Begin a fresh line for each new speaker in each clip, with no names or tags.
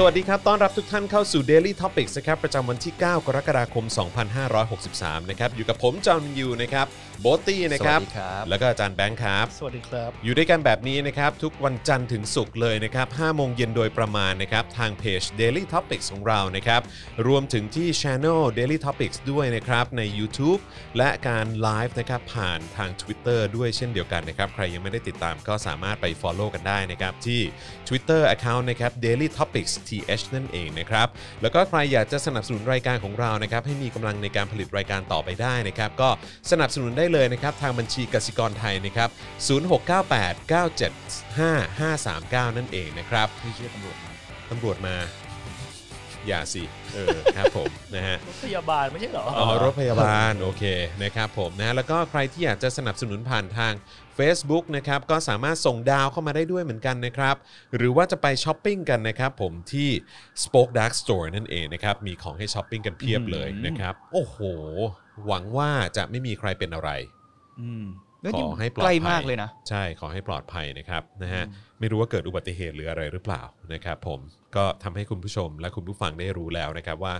สวัสดีครับ ต้อนรับทุกท่านเข้าสู่ Daily Topics นะครับ ประจำวันที่ 9 กรกฎาคม 2563 นะครับ อยู่กับผม จอห์นวินยู นะครับ โบทตี้ นะครับ
สวัสดีครับ
แล้วก็อาจารย์แบงค์ครับ
สวัสดีครับ
อยู่ด้วยกันแบบนี้นะครับ ทุกวันจันทร์ถึงศุกร์เลยนะครับ5โมงเย็นโดยประมาณนะครับ ทางเพจ Daily Topics ของเรานะครับ รวมถึงที่ Channel Daily Topics ด้วยนะครับ ใน YouTube และการไลฟ์นะครับ ผ่านทาง Twitter ด้วยเช่นเดียวกันนะครับ ใครยังไม่ได้ติดตามก็สามารถไป Follow กันได้นะครับ ที่ Twitter Account นะครับ Daily Topics TH นั่นเองนะครับ แล้วก็ใครอยากจะสนับสนุนรายการของเรานะครับ ให้มีกำลังในการผลิตรายการต่อไปได้นะครับ ก็สนับสนุนได้เลยนะครับ ทางบัญชีกสิกรไทยนะครับ 0698 975 539 นั่นเองนะครับ
ไม่เชื่อตำรวจมา
ตำรวจมา อย่าสิ เออ ครับผมนะฮะ
พยาบาลไม่ใช่เหรอ
อ๋อรถพยาบาล โอเคนะครับผมนะแล้วก็ใครที่อยากจะสนับสนุนผ่านทาง Facebook นะครับก็สามารถส่งดาวเข้ามาได้ด้วยเหมือนกันนะครับ หรือว่าจะไปช้อปปิ้งกันนะครับผมที่ Spoke Dark Store นั่นเองนะครับ มีของให้ช้อปปิ้งกันเพียบเลยนะครับ โอ้โห หวังว่าจะไม่มีใครเป็นอะไร
อืม
ขอให้ปลอดภัย
ใกล้มากเลยนะ
ใช่ขอให้ปลอดภัยนะครับนะฮะไม่รู้ว่าเกิดอุบัติเหตุหรืออะไรหรือเปล่านะครับผมก็ทำให้คุณผู้ชมและคุณผู้ฟังได้รู้แล้วนะครับว่า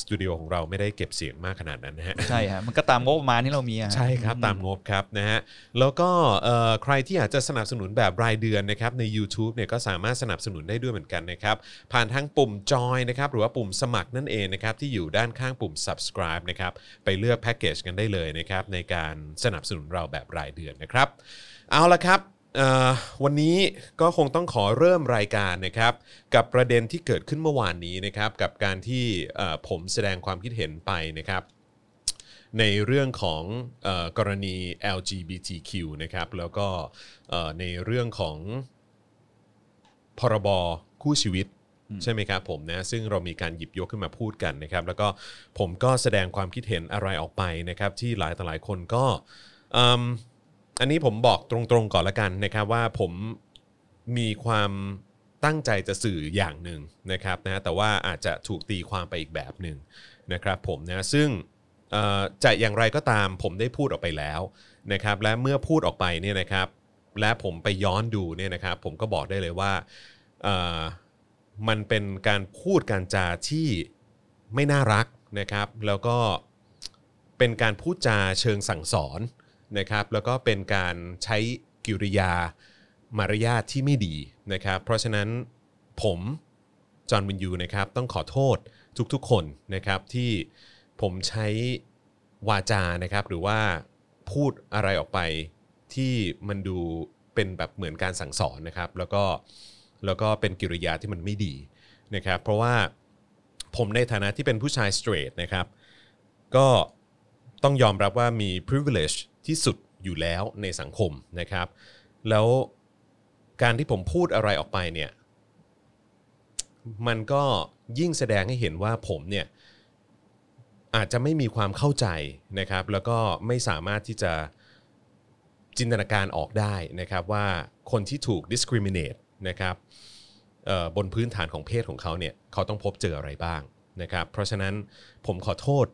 สตูดิโอของเราไม่ได้เก็บเสียงมากขนาดนั้นนะฮะ
ใช่ฮะมันก็ตามงบประมาณที่เรามีอะ
ใช่ครับ ตามงบครับนะฮะแล้วก็เอ่อใครที่อยากจะสนับสนุนแบบรายเดือนนะครับใน u t u b e เนี่ยก็สามารถสนับสนุนได้ด้วยเหมือนกันนะครับ ผ่านทางปุ่มจอยนะครับหรือว่าปุ่มสมัครนั่นเองนะครับที่อยู่ด้านข้างปุ่ม subscribe นะครับไปเลือกแพ็กเกจกันได้เลยนะครับในการสนับสนุนเราแบบรายเดือนนะครับ เอาละครับเอ่อวันนี้ก็คงต้องขอเริ่มรายการนะครับ กับประเด็นที่เกิดขึ้นเมื่อวานนี้นะครับกับการที่เอ่อผมแสดงความคิดเห็นไปนะครับ ในเรื่องของเออกรณี LGBTQ นะครับ แล้วก็เอ่อในเรื่องของ พรบคู่ชีวิตใช่ไหมครับผมนะซึ่งเรามีการหยิบยกขึ้นมาพูดกันนะครับ แล้วก็ผมก็แสดงความคิดเห็นอะไรออกไปนะครับ ที่หลายต่อหลายคนก็อืมอันนี้ผมบอกตรงๆก่อนละกันนะครับ ว่าผมมีความตั้งใจจะสื่ออย่างหนึ่งนะครับนะแต่ว่าอาจจะถูกตีความไปอีกแบบหนึ่งนะครับผมนะซึ่ง เอ่อจะอย่างไรก็ตามผมได้พูดออกไปแล้วนะครับและเมื่อพูดออกไปเนี่ยนะครับ และผมไปย้อนดูเนี่ยนะครับ ผมก็บอกได้เลยว่าเอ่อมันเป็นการพูดการจาที่ไม่น่ารักนะครับ แล้วก็เป็นการพูดจาเชิงสั่งสอนนะครับ แล้วก็เป็นการใช้กิริยามารยาทที่ไม่ดีนะครับ เพราะฉะนั้นผม จอห์นวินยูนะครับต้องขอโทษทุกๆคนนะครับที่ผมใช้วาจานะครับ หรือว่าพูดอะไรออกไปที่มันดูเป็นแบบเหมือนการสั่งสอนนะครับ แล้วก็แล้วก็เป็นกิริยาที่มันไม่ดีนะครับ เพราะว่าผมในฐานะที่เป็นผู้ชายสเตรทนะครับ ก็ต้องยอมรับว่ามี privilege ที่สุดอยู่แล้วในสังคมนะครับ แล้วการที่ผมพูดอะไรออกไปเนี่ย มันก็ยิ่งแสดงให้เห็นว่าผมเนี่ยอาจจะไม่มีความเข้าใจนะครับ แล้วก็ไม่สามารถที่จะจินตนาการออกได้นะครับ ว่าคนที่ถูก discriminate นะครับเอ่อบนพื้นฐานของเพศของเขาเนี่ยเขาต้องพบเจออะไรบ้างนะครับ เพราะฉะนั้นผมขอโทษ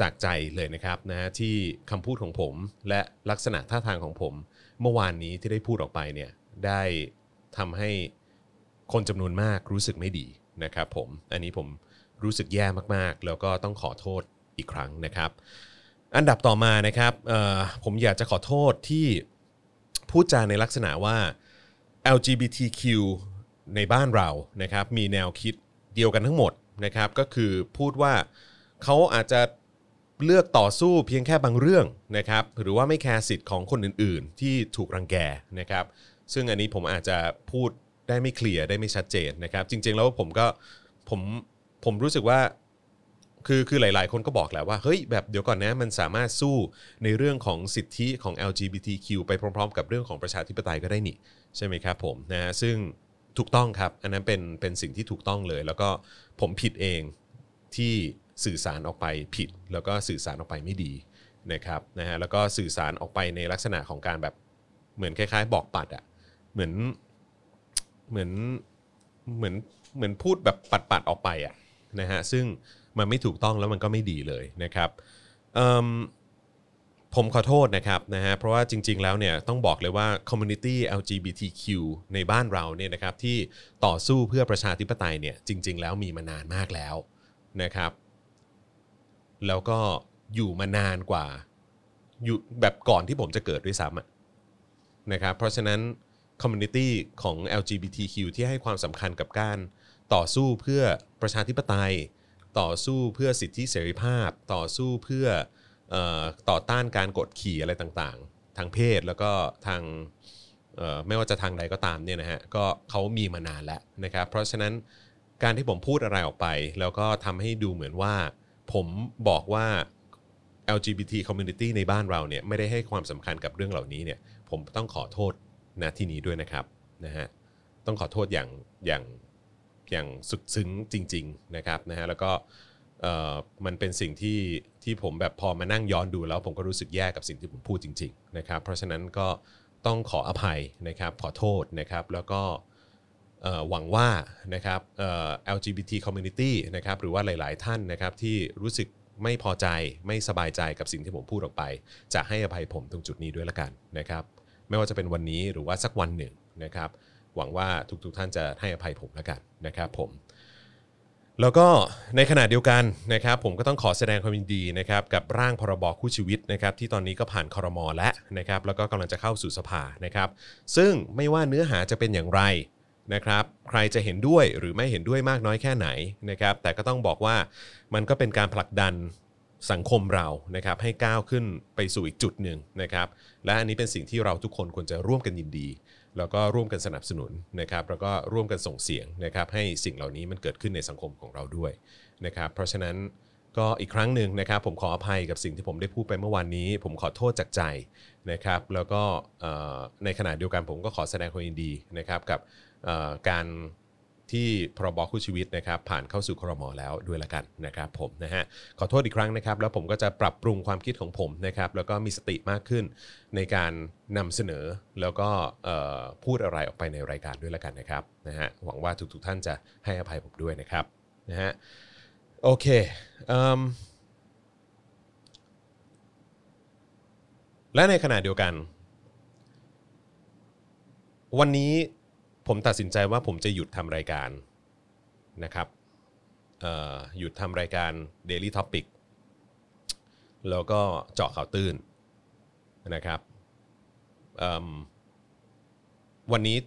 จากใจเลยนะครับนะฮะที่คำพูดของผมและลักษณะท่าทางของผม เมื่อวานนี้ที่ได้พูดออกไปเนี่ยได้ทำให้ คนจำนวนมากรู้สึกไม่ดีนะครับผมอันนี้ผมรู้สึกแย่มากๆ แล้วก็ต้องขอโทษอีกครั้งนะครับ อันดับต่อมานะครับเอ่อผมอยากจะขอโทษที่พูดจาในลักษณะว่า LGBTQ ในบ้านเรานะครับ มีแนวคิดเดียวกันทั้งหมดนะครับ ก็คือพูดว่าเขาอาจจะเลือกต่อสู้เพียงแค่บางเรื่องนะครับ หรือว่าไม่แคร์สิทธิ์ของคนอื่นๆ ที่ถูกรังแกนะครับ ซึ่งอันนี้ผมอาจจะพูดได้ไม่เคลียร์ได้ไม่ชัดเจนนะครับ จริง ๆ แล้วผมก็ผมผมรู้สึกว่า คือคือหลาย ๆ คนก็บอกแหละว่าเฮ้ยแบบเดี๋ยวก่อนนะมันสามารถสู้ในเรื่องของสิทธิของ LGBTQ ไปพร้อม ๆ กับเรื่องของประชาธิปไตยก็ได้นี่ ใช่ไหมครับผมนะฮะซึ่งถูกต้องครับ อันนั้นเป็นเป็นสิ่งที่ถูกต้องเลย แล้วก็ผมผิดเองที่สื่อสารออกไปผิด แล้วก็สื่อสารออกไปไม่ดีนะครับนะฮะแล้วก็สื่อสารออกไปในลักษณะของการแบบเหมือนคล้าย ๆ บอกปัดอะเหมือนเหมือน เหมือนเหมือนพูดแบบปัดๆออกไปอะนะฮะซึ่งมันไม่ถูกต้องแล้วมันก็ไม่ดีเลยนะครับเอิ่ม ผมขอโทษนะครับนะฮะเพราะว่าจริง ๆ แล้วเนี่ยต้องบอกเลยว่าคอมมูนิตี้ LGBTQ ในบ้านเราเนี่ยนะครับที่ต่อสู้เพื่อประชาธิปไตยเนี่ยจริง ๆ แล้วมีมานานมากแล้วนะครับ แล้วก็อยู่มานานกว่า อยู่แบบก่อนที่ผมจะเกิดด้วยซ้ำอะนะครับเพราะฉะนั้นคอมมูนิตี้ของ LGBTQ ที่ให้ความสำคัญกับการต่อสู้เพื่อประชาธิปไตย ต่อสู้เพื่อสิทธิเสรีภาพ ต่อสู้เพื่อเอ่อต่อต้านการกดขี่อะไรต่างๆ ทางเพศแล้วก็ทางเอ่อไม่ว่าจะทางใดก็ตามเนี่ยนะฮะก็เขามีมานานแล้วนะครับ เพราะฉะนั้นการที่ผมพูดอะไรออกไป แล้วก็ทำให้ดูเหมือนว่า ผมบอกว่า LGBT community ในบ้านเราเนี่ยไม่ได้ให้ความสำคัญกับเรื่องเหล่านี้เนี่ยผมต้องขอโทษนะที่นี้ด้วยนะครับนะฮะต้องขอโทษอย่างอย่างอย่างสุดซึ้งจริง ๆนะครับนะฮะแล้วก็เอ่อมันเป็นสิ่งที่ที่ผมแบบพอมานั่งย้อนดูแล้วผมก็รู้สึกแย่กับสิ่งที่ผมพูดจริงๆนะครับเพราะฉะนั้นก็ต้องขออภัยนะครับขอโทษนะครับแล้วก็ เอ่อหวังว่านะครับเอ่อ LGBT community นะครับหรือว่าหลาย ๆ ท่านนะครับที่รู้สึกไม่พอใจไม่สบายใจกับสิ่งที่ผมพูดออกไป จะให้อภัยผมตรงจุดนี้ด้วยละกันนะครับไม่ว่าจะเป็นวันนี้หรือว่าสักวันหนึ่งนะครับหวังว่าทุก ๆ ท่านจะให้อภัยผมละกันนะครับผม แล้วก็ในขณะเดียวกันนะครับผมก็ต้องขอแสดงความยินดีนะครับกับร่างพรบคู่ชีวิตนะครับที่ตอนนี้ก็ผ่านครมแล้วนะครับแล้วก็กำลังจะเข้าสู่สภานะครับซึ่งไม่ว่าเนื้อหาจะเป็นอย่างไรนะครับใครจะเห็นด้วยหรือไม่เห็นด้วยมากน้อยแค่ไหนนะครับแต่ก็ต้องบอกว่ามันก็เป็นการผลักดันสังคมเรานะครับให้ก้าวขึ้นไปสู่อีกจุดหนึ่งนะครับและอันนี้เป็นสิ่งที่เราทุกคนควรจะร่วมกันยินดี แล้วก็ร่วมกันสนับสนุนนะครับแล้วก็ร่วมกันส่งเสียงนะครับให้สิ่งเหล่านี้มันเกิดขึ้นในสังคมของเราด้วยนะครับเพราะฉะนั้นก็อีกครั้งหนึ่งนะครับผมขออภัยกับสิ่งที่ผมได้พูดไปเมื่อวานนี้ ผมขอโทษจากใจนะครับแล้วก็เอ่อในขณะเดียวกันผมก็ขอแสดงความยินดีนะครับกับเอ่อการที่พรบคู่ชีวิตนะครับผ่านเข้าสู่ครมแล้วด้วยละกันนะครับผมนะฮะขอโทษอีกครั้งนะครับแล้วผมก็จะปรับปรุงความคิดของผมนะครับแล้วก็มีสติมากขึ้น ในการนำเสนอแล้วก็เอ่อพูดอะไรออกไปในรายการด้วยละกันนะครับนะฮะหวังว่าทุกๆท่านจะให้อภัยผมด้วยนะครับนะฮะโอเคเอิ่มและในขณะเดียวกัน วันนี้ผมตัดสินใจว่าผมจะหยุดทำรายการนะครับเอ่อหยุดทำรายการ Daily Topic แล้วก็เจาะข่าวตื้น นะครับเอิ่มวันนี้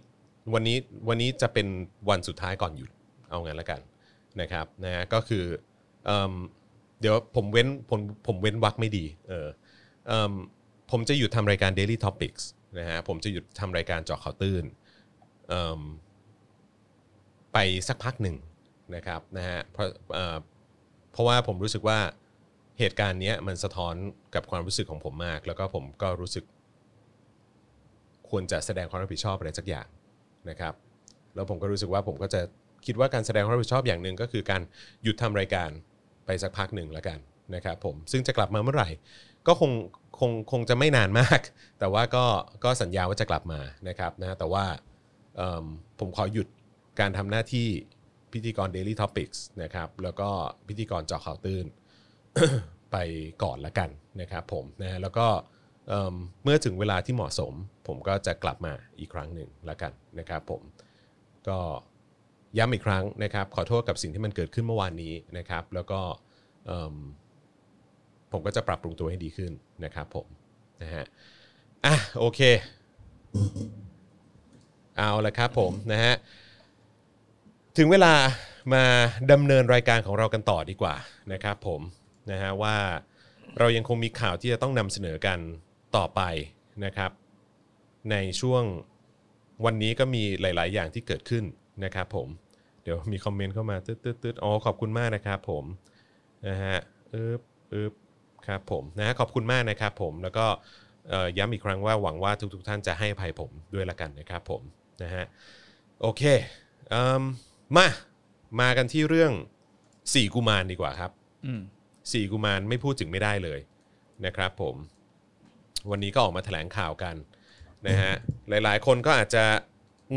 วันนี้วันนี้จะเป็นวันสุดท้ายก่อนหยุดเอางั้นละกันนะครับนะฮะก็คือเอิ่มเดี๋ยวผมเว้นผมผมเว้นวักไม่ดีเออเอิ่มผมจะหยุดทำรายการ Daily Topics นะฮะผมจะหยุดทำรายการเจาะข่าวตื้นเอิ่มไปสักพักหนึ่งนะครับนะฮะเพราะเอ่อ เพราะว่าผมรู้สึกว่าเหตุการณ์เนี้ยมันสะท้อนกับความรู้สึกของผมมาก แล้วก็ผมก็รู้สึก ควรจะแสดงความรับผิดชอบอะไรสักอย่างนะครับ แล้วผมก็รู้สึกว่าผมก็จะคิดว่าการแสดงความรับผิดชอบอย่างหนึ่งก็คือการหยุดทำรายการไปสักพักหนึ่งแล้วกันนะครับผมซึ่งจะกลับมาเมื่อไหร่ ก็คงคงคงจะไม่นานมาก แต่ว่าก็ก็สัญญาว่าจะกลับมานะครับนะแต่ว่าเอิ่มผมขอหยุดการทำหน้าที่พิธีกร Daily Topics นะครับแล้วก็พิธีกรเจอข่าวตื้น ไปก่อนละกันนะครับผมนะแล้วก็เอิ่มเมื่อถึงเวลาที่เหมาะสม ผมก็จะกลับมาอีกครั้งหนึ่งละกันนะครับผมก็ย้ำอีกครั้งนะครับ ขอโทษกับสิ่งที่มันเกิดขึ้นเมื่อวานนี้นะครับ แล้วก็เอิ่มผมก็จะปรับปรุงตัวให้ดีขึ้นนะครับผมนะฮะอ่ะโอเค เอาละครับผมนะฮะ ถึงเวลามาดำเนินรายการของเรากันต่อดีกว่านะครับผมนะฮะว่าเรายังคงมีข่าวที่จะต้องนำเสนอกันต่อไปนะครับ ในช่วงวันนี้ก็มีหลาย ๆ อย่างที่เกิดขึ้นนะครับผมเดี๋ยวมีคอมเมนต์เข้ามาตืดตืดๆๆอ๋อขอบคุณมากนะครับผมนะฮะอึบอึบครับผมนะฮะขอบคุณมากนะครับผมแล้วก็เอ่อย้ำอีกครั้งว่าหวังว่าทุก ๆ ท่านจะให้อภัยผมด้วยละกันนะครับผมนะฮะ โอเคเอิ่มมา มากันที่เรื่องสี่กุมารดีกว่าครับ
อืม
สี่กุมารไม่พูดถึงไม่ได้เลยนะครับผม วันนี้ก็ออกมาแถลงข่าวกันนะฮะ หลายๆ คนก็อาจจะ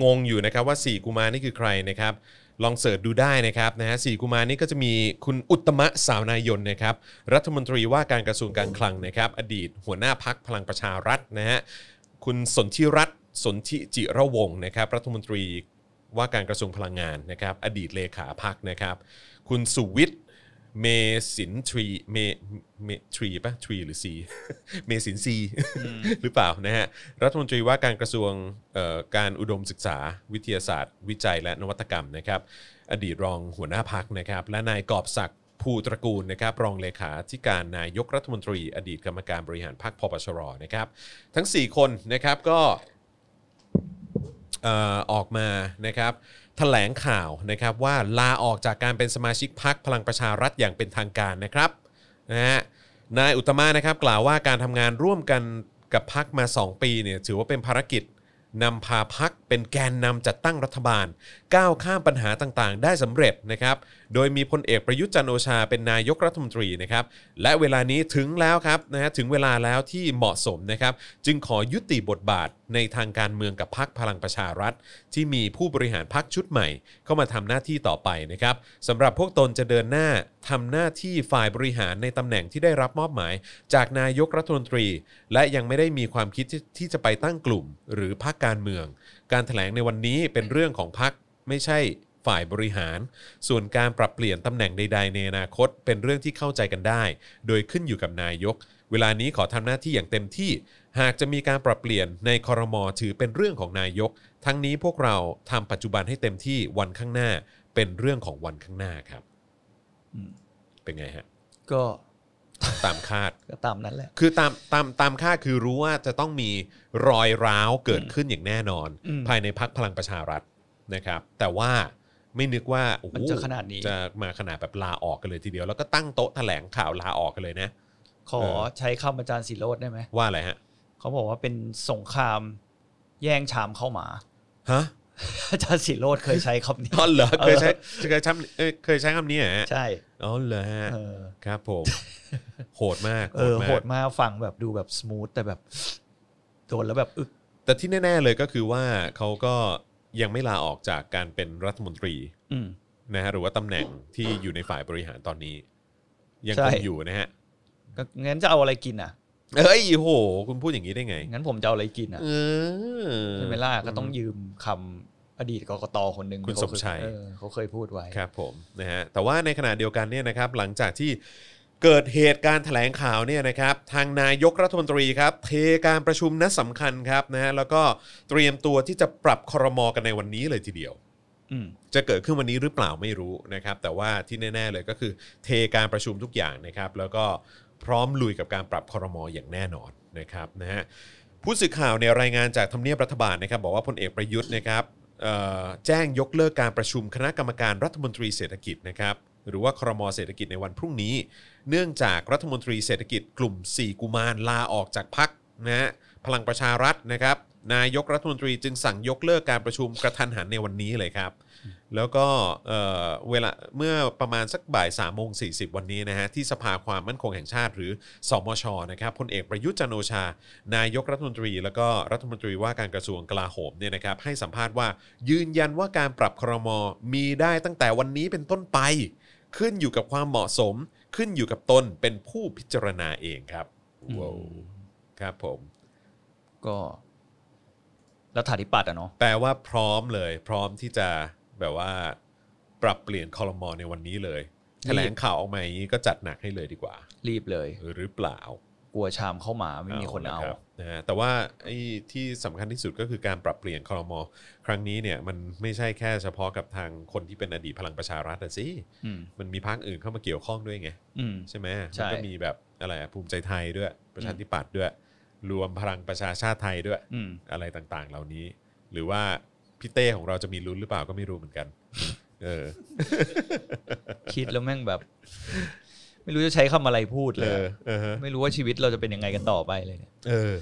งงอยู่นะครับว่าสี่กุมารนี่คือใครนะครับ ลองเสิร์ชดูได้นะครับนะฮะสี่กุมารนี่ก็จะมีคุณอุตตมะสาวนายนนะครับ รัฐมนตรีว่าการกระทรวงการคลังนะครับ อดีตหัวหน้าพักพลังประชารัฐนะฮะคุณสนธิรัตน์สนธิจิระวงศ์นะครับ รัฐมนตรีว่าการกระทรวงพลังงานนะครับ อดีตเลขาพักนะครับ คุณสุวิทย์เมสินทรีเมเมทรีปะทรีหรือซี เมสินซีหรือเปล่านะฮะรัฐมนตรีว่าการกระทรวงเอ่อการอุดมศึกษาวิทยาศาสตร์ วิจัยและนวัตกรรมนะครับ อดีตรองหัวหน้าพักนะครับ และนายกอบศักดิ์ภูตระกูลนะครับ รองเลขาธิการนายกรัฐมนตรี อดีตกรรมการบริหารพรรคพปชรนะครับ ทั้ง 4 คนนะครับก็ เอ่อออกมานะครับแถลงข่าวนะครับว่าลาออกจากการเป็นสมาชิกพักพลังประชารัฐอย่างเป็นทางการนะครับนะฮะนายอุตตมานะครับกล่าวว่าการทำงานร่วมกันกับพักมา 2 ปีเนี่ยถือว่าเป็นภารกิจนำพาพักเป็นแกนนำจัดตั้งรัฐบาล ก้าวข้ามปัญหาต่างๆ ได้สำเร็จนะครับโดยมีพลเอกประยุทธ์จันทร์โอชาเป็นนายกรัฐมนตรีนะครับและเวลานี้ถึงแล้วครับนะฮะถึงเวลาแล้วที่เหมาะสมนะครับจึงขอยุติบทบาทในทางการเมืองกับพักพลังประชารัฐ ที่มีผู้บริหารพักชุดใหม่ เข้ามาทำหน้าที่ต่อไปนะครับสำหรับพวกตนจะเดินหน้าทำหน้าที่ฝ่ายบริหารในตำแหน่งที่ได้รับมอบหมาย จากนายกรัฐมนตรี และยังไม่ได้มีความคิดที่ที่จะไปตั้งกลุ่ม หรือพักการเมือง การแถลงในวันนี้เป็นเรื่องของพักไม่ใช่ฝ่ายบริหาร ส่วนการปรับเปลี่ยนตำแหน่งใด ๆ ในอนาคต เป็นเรื่องที่เข้าใจกันได้ โดยขึ้นอยู่กับนายก เวลานี้ขอทำหน้าที่อย่างเต็มที่ หากจะมีการปรับเปลี่ยนในคอรมอถือเป็นเรื่องของนายก ทั้งนี้พวกเราทำปัจจุบันให้เต็มที่วันข้างหน้า เป็นเรื่องของวันข้างหน้าครับ
อืม
เป็นไงฮะ
ก็
ตามคาด
ก็ตามนั้นแหละ
คือตามตามตามค่าดคือรู้ว่าจะต้องมีรอยร้าวเกิดขึ้นอย่างแน่นอน
อืม
ภายในพักพลังประชารัฐนะครับ แต่ว่าไม่นึกว่าโอ้โห
มันจะขนาดนี้
จะมาขนาดแบบลาออกกันเลยทีเดียว แล้วก็ตั้งโต๊ะแถลงข่าวลาออกกันเลยนะ
ขอ
เออ
ใช้คำอาจารย์สิโรดได้ไหม
ว่าอะไรฮะ
เขาบอกว่าเป็นสงครามแย่งชามเข้าหมา
ฮะ
อาจารย์สิโรดเคยใช้คำนี้
อ๋อเหรอเคยใช้เคยใช้คำเอ้ยเคยใช้คำนี้เหรอฮะ
ใช่
อ๋อเหรอฮะ
เออ
ครับผม โหดมาก
เออโหดมากฟังแบบดูแบบสมูทแต่แบบโดนแล้วแบบอึก
แต่ที่แน่ ๆเลยก็คือว่าเขาก็ยังไม่ลาออกจากการเป็นรัฐมนตรี
อืม
นะฮะหรือว่าตำแหน่งที่อยู่ในฝ่ายบริหารตอนนี้ ยัง
ใช่
คงอยู่นะฮะ
ก็งั้นจะเอาอะไรกินอ่ะ
เอ้ยโห คุณพูดอย่างนี้ได้ไง
งั้นผมจะเอาอะไรกินอ่ะ
เออ
ใช่ไหมล่ะก็ต้องยืมคำอดีตกกตคนหนึ่ง
คุณ
เขา
สม
เย
ชัย
เออเขาเคยพูดไว้
ครับผมนะฮะแต่ว่าในขณะเดียวกันเนี่ยนะครับหลังจากที่เกิดเหตุการณ์แถลงข่าวเนี่ยนะครับทางนายกรัฐมนตรีครับเทการประชุมนัดสำคัญครับนะฮะแล้วก็เตรียมตัวที่จะปรับครมกันในวันนี้เลยทีเดียว
อืม
จะเกิดขึ้นวันนี้หรือเปล่าไม่รู้นะครับ แต่ว่าที่แน่ ๆ เลยก็คือเทการประชุมทุกอย่างนะครับ แล้วก็พร้อมลุยกับการปรับครมอย่างแน่นอนนะครับนะฮะผู้สื่อข่าวในยรายงานจากทำเนียบรัฐบาลนะครับ บอกว่าพลเอกประยุทธ์นะครับเอ่อแจ้งยกเลิกการประชุมคณะกรรมการรัฐมนตรีเศรษฐกิจนะครับ หรือว่าครมเศรษฐกิจในวันพรุ่งนี้ เนื่องจากรัฐมนตรีเศรษฐกิจกลุ่ม 4 กุมารลาออกจากพักนะฮะพลังประชารัฐนะครับ นายกรัฐมนตรีจึงสั่งยกเลิกการประชุมกระทันหันในวันนี้เลยครับ แล้วก็เอ่อเวลาเมื่อประมาณสักบ่าย3ามโมงสีวันนี้นะฮะที่สภาความมั่นคงแห่งชาติ หรือสมชนะครับพลเอกประยุทธ์จันทร์โอชา นายกรัฐมนตรี แล้วก็รัฐมนตรีว่าการกระทรวงกลาโหมเนี่ยนะครับให้สัมภาษณ์ว่ายืนยันว่าการปรับครมมีได้ตั้งแต่วันนี้เป็นต้นไป ขึ้นอยู่กับความเหมาะสม ขึ้นอยู่กับตนเป็นผู้พิจารณาเองครับว้าว
อืม
ครับผม
ก็รัฐาธิปัตย์อะเนาะ
แปลว่าพร้อมเลย พร้อมที่จะแบบว่า ปรับเปลี่ยนคอรมอในวันนี้เลยแถลงข่าวออกมาอย่างนี้ก็จัดหนักให้เลยดีกว่า
รีบเลย
หรือเปล่าก
ลัวชามเข้าหมาไม่มีคนเอา
ละรับนะฮะแต่ว่าไอ้ที่สำคัญที่สุดก็คือการปรับเปลี่ยนคอรมอครั้งนี้เนี่ยมันไม่ใช่แค่เฉพาะกับทางคนที่เป็นอดีตพลังประชารัฐนะสิ
อืม
มันมีพรรคอื่นเข้ามาเกี่ยวข้องด้วยไง
อืม
ใช่ไหม
ใช่
มันก็มีแบบอะไรอะภูมิใจไทยด้วย ประชาธิปัตย์ด้วย รวมพลังประชาชาติไทยด้วย
อืม
อะไรต่างๆ เหล่านี้ หรือว่าพี่เต้ของเราจะมีลุ้นหรือเปล่าก็ไม่รู้เหมือนกัน เออ
คิดแล้วแม่งแบบ ไม่รู้จะใช้คำอะไรพูด
เอ
เลย
อ
อะ
เออฮะ
ไม่รู้ว่าชีวิตเราจะเป็นยังไงกันต่อไปเลยเนี่ย
เออ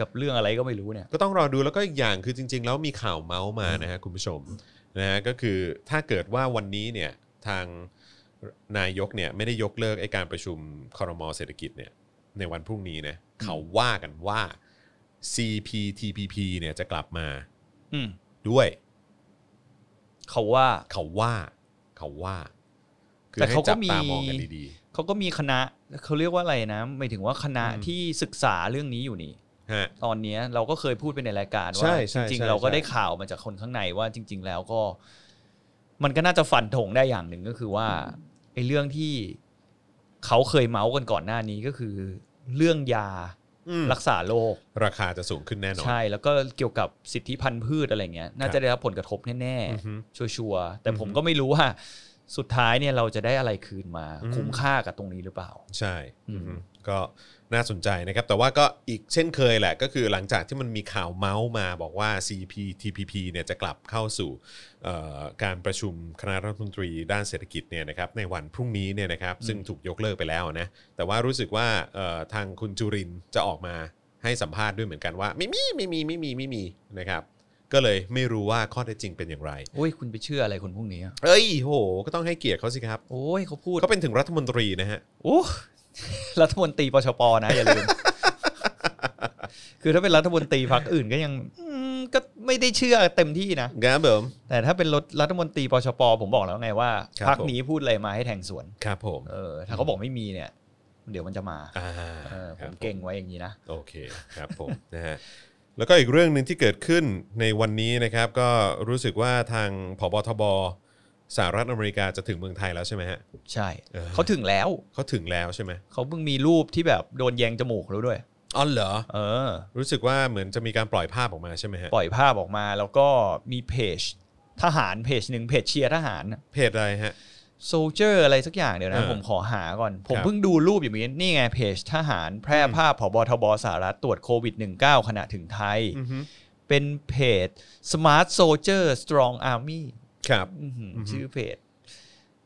กับเรื่องอะไรก็ไม่รู้เนี่ย
ก็ต้องรอดูแล้วก็อีกอย่างคือจริง ๆ แล้วมีข่าวเมาส์มานะฮะคุณผู้ชมนะฮะก็คือถ้าเกิดว่าวันนี้เนี่ยทางนายกเนี่ยไม่ได้ยกเลิกไอ้การประชุมคอรมอเศรษฐกิจเนี่ยในวันพรุ่งนี้นะเขาว่ากันว่า CPTPP เนี่ยจะกลับมา
อืม
ด้วย
เขาว่า
เขาว่า เขาว่าคือ
แต่
ให้
เขาก็
จับ
มี
ตามองกันดี
เขาก็มีคณะเขาเรียกว่าอะไรนะหมายถึงว่าคณะที่ศึกษาเรื่องนี้อยู่นี่
ๆฮะ
ตอนเนี้ยเราก็เคยพูดไปในรายการ
ใช่
ว่า
ใช่
จริงๆ
ใช่
เราก็
ใช่
ได้ข่าวมาจากคนข้างในว่าจริง ๆ แล้วก็ มันก็น่าจะฟันธงได้อย่างหนึ่งก็คือว่าไอ้เรื่องที่เขาเคยเมาส์กันก่อนหน้านี้ก็คือ เรื่องยา
อืม
รักษาโรค
ราคาจะสูงขึ้นแน่นอน
ใช่ แล้วก็เกี่ยวกับสิทธิพันธุ์พืชอะไรเงี้ย น่าจะได้รับผลกระทบแน่
อือฮึ
ๆชัวร์ๆแต่
อือฮึ
ผมก็ไม่รู้ว่า สุดท้ายเนี่ยเราจะได้อะไรคืนมา
อืม
คุ้มค่ากับตรงนี้หรือเปล่า
ใช่อืม
อืม
ก็น่าสนใจนะครับ แต่ว่าก็อีกเช่นเคยแหละ ก็คือหลังจากที่มันมีข่าวเมาส์มาบอกว่า CPTPP เนี่ยจะกลับเข้าสู่เอ่อการประชุมคณะรัฐมนตรีด้านเศรษฐกิจเนี่ยนะครับในวันพรุ่งนี้เนี่ยนะครับ ซึ่งถูกยกเลิกไปแล้วนะ แต่ว่ารู้สึกว่าเอ่อทางคุณจุรินทร์จะออกมาให้สัมภาษณ์ด้วยเหมือนกันว่า ไม่มีไม่มีไม่มีไม่มีนะครับ ก็เลยไม่รู้ว่าข้อเท็จจริงเป็นอย่างไร
โอ้ยคุณไปเชื่ออะไรคนพวกนี้อะ
เอ้ยโห ก็ต้องให้เกียรติเขาสิครับ
โอ้ยเขาพูด
เขาเป็นถึงรัฐมนตรีนะฮะ
โอ้ รัฐมนตรีปชปนะอย่า ลืม คือถ้าเป็นรัฐมนตรีพรรคอื่นก็ยังอืมก็ไม่ได้เชื่อเต็มที่นะ
ครับผม
แต่ถ้าเป็นรถรัฐมนตรีปชปผมบอกแล้วไงว่า
ครับ
พรรค
ผม
นี้พูดอะไรมาให้แทงสวน
ครับผม
เออ ถ้าเขาบอกไม่มีเนี่ย เดี๋ยวมันจะมา
อ่า
เออผ
ครับ
มเก่งไว้อย่างนี้นะ
โอเคครับผม นะฮะแล้วก็อีกเรื่องหนึ่งที่เกิดขึ้นในวันนี้นะครับ ก็รู้สึกว่าทางผบทบสหรัฐอเมริกาจะถึงเมืองไทยแล้วใช่ไหมฮะ
ใช่
เออ
เขาถึงแล้ว
เขาถึงแล้วใช่ไหม
เขาเพิ่งมีรูปที่แบบโดนแยงจมูกแล้วด้วย
อ๋อเหรอ
เออ
รู้สึกว่าเหมือนจะมีการปล่อยภาพออกมาใช่ไหมฮะ
ปล่อยภาพออกมาแล้วก็มีเพจ ทหารเพจหนึ่งเพจเชียร์ทหาร
เพจอะไรฮะ
โซลเจอร์อะไรสักอย่างเดี๋ยวนะ
อ่า
ผมขอหาก่อน ผม
ครับ
เพิ่งดูรูปอย่างนี้นี่ไงเพจทหารแพร่
อืม
ภาพผบทบสหรัฐตรวจโควิด -19 ขณะถึงไทย
อือฮึ
เป็นเพจ Smart Soldier Strong Army
ครับ
อื้อหือ
อือหือ
ชื่อเพจ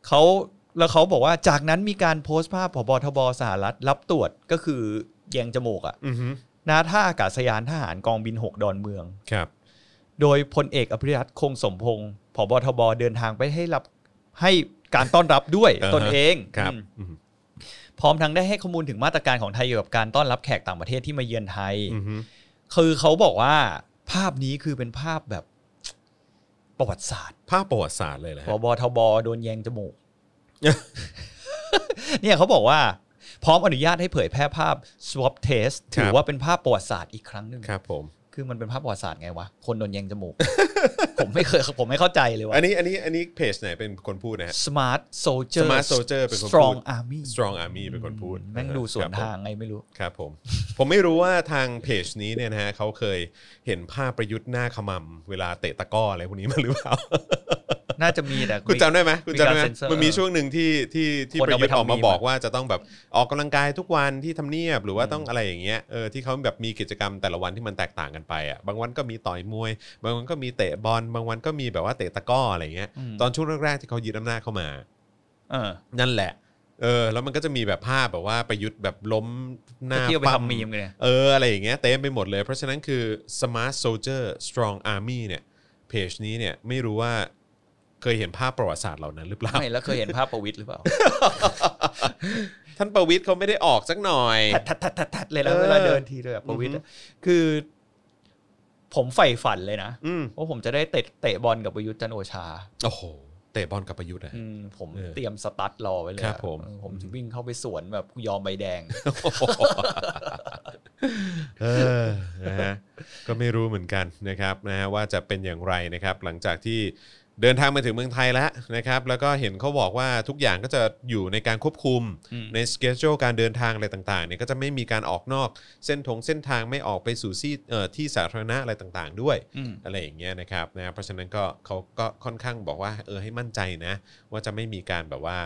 เขาแล้วเขาบอกว่าจากนั้นมีการโพสต์ภาพผบทบสหรัฐรับตรวจก็คือแยงจมูกอะ
อือฮึ
หน้าท่าอากาศยานทหารกองบิน 6 ดอนเมือง
ครับ
โดยพลเอกอภิรัตคงสมพงศ์ผบทบเดินทางไปให้รับให้การต้อนรับด้วย
อ่าฮะ
ตนเอง
ครับ
อืม
อือฮึ
พร้อมทั้งได้ให้ข้อมูลถึงมาตรการของไทยเกี่ยวกับการต้อนรับแขกต่างประเทศที่มาเยือนไทย
อือฮึ
คือเขาบอกว่า ภาพนี้คือเป็นภาพแบบ ประวัติศาสตร์
ภาพประวัติศาสตร์เลยแหละ
พบทบโดนแยงจมู ก เนี่ยเขาบอกว่า พร้อมอนุญาตให้เผยแพร่ภาพ swab test ถือว่าเป็นภาพประวัติศาสตร์อีกครั้งหนึ่ง
ครับผม
คือมันเป็นภาพประวัติศาสตร์ไงวะ คนโดนแยงจมูก ผมไม่เคย ผมไม่เข้าใจเลยว่า
อันนี้อันนี้อันนี้เพจไหนเป็นคนพูดนะฮะ
smart soldier
Smart Soldier เป็นคนพูด
strong army
Strong Army เป็นคนพูด
แม่งดูสวน
ครับผม
ทางไงไม่รู้
ครับผม ผมไม่รู้ว่าทางเพจนี้เนี่ยนะฮะเขาเคยเห็นภาพประยุทธ์หน้าขมำเวลาเตะตะกร้ออะไรพวกนี้มาหรือเป ล่า
น่าจะมีแต่
คุณจำได้ไหมคุณจำได้ไหม
มีการเซ็นเซอร์
มันมีช่วงหนึ่งที่ที่ที่
คน
ประ
เอา
ยุ
ไป
ทธ์ออกมา
ทำมีม
บอกว่าจะต้องแบบออกกำลังกายทุกวันที่ทำเนียบหรือว่าต้องอะไรอย่างเงี้ยเออที่เขาแบบมีกิจกรรมแต่ละวันที่มันแตกต่างกันไปอ่ะบางวันก็มีต่อยมวย บางวันก็มีเตะบอลบางวันก็มีแบบว่าเตะตะกร้ออะไรเงี้ย
ม
ตอนช่วงแรกๆที่เขายึดอำนาจเข้ามา
เออ
นั่นแหละ เออ แล้วมันก็จะมีแบบภาพแบบว่าประยุทธ์แบบล้มหน้า
เที่ยวไป
ปั๊ม
ทำมีมกันเนี่ย
เอออะไรอย่างเงี้ยเต็มไปหมดเลย เพราะฉะนั้นคือ Smart Soldier Strong Army เนี่ยเพจนี้เนี่ยไม่รู้ว่าเคยเห็นภาพประวัติศาสตร์เหล่านั้นหรือเป ล่า
ไม่แล้วเคยเห็นภาพประวิตรหรือเปล่า
ท่านประวิทย์เขาไม่ได้ออกสักหน่อย
ทัดทัดทัดทัดทัดเลยแล้ว
เออ
เวลาเดินทีเลยอะประวิตร
อือ
อะ
ฮึ
คือ ผมใฝ่ฝันเลยนะ
อืม
ว่าผมจะได้เตะเตะบอลกับประยุทธ์จันทร์โอชา
โอ้โห เตะบอลกับประยุทธ์อะ
อืมผม
เออ
เตรียมสตัดรอไว้เลยอะ
ครับผม
เออผม
อืม
จะวิ่งเข้าไปสวนแบบยอมใบแดง
เออนะฮะก็ไม่รู้เหมือนกันนะครับนะฮะว่าจะเป็นอย่างไรนะครับ หลังจากที่เดินทางมาถึงเมืองไทยแล้วนะครับ แล้วก็เห็นเขาบอกว่าทุกอย่างก็จะอยู่ในการควบคุม
อืม
ในสเกจโจการเดินทางอะไรต่างๆเนี่ยก็จะไม่มีการออกนอกเส้นทงเส้นทางไม่ออกไปสู่ที่เอ่อที่สาธารณะอะไรต่างๆ ด้วย
อืม
อะไรอย่างเงี้ยนะครับนะเพราะฉะนั้นก็เขาก็ค่อนข้างบอกว่าเออให้มั่นใจนะ ว่าจะไม่มีการแบบว่า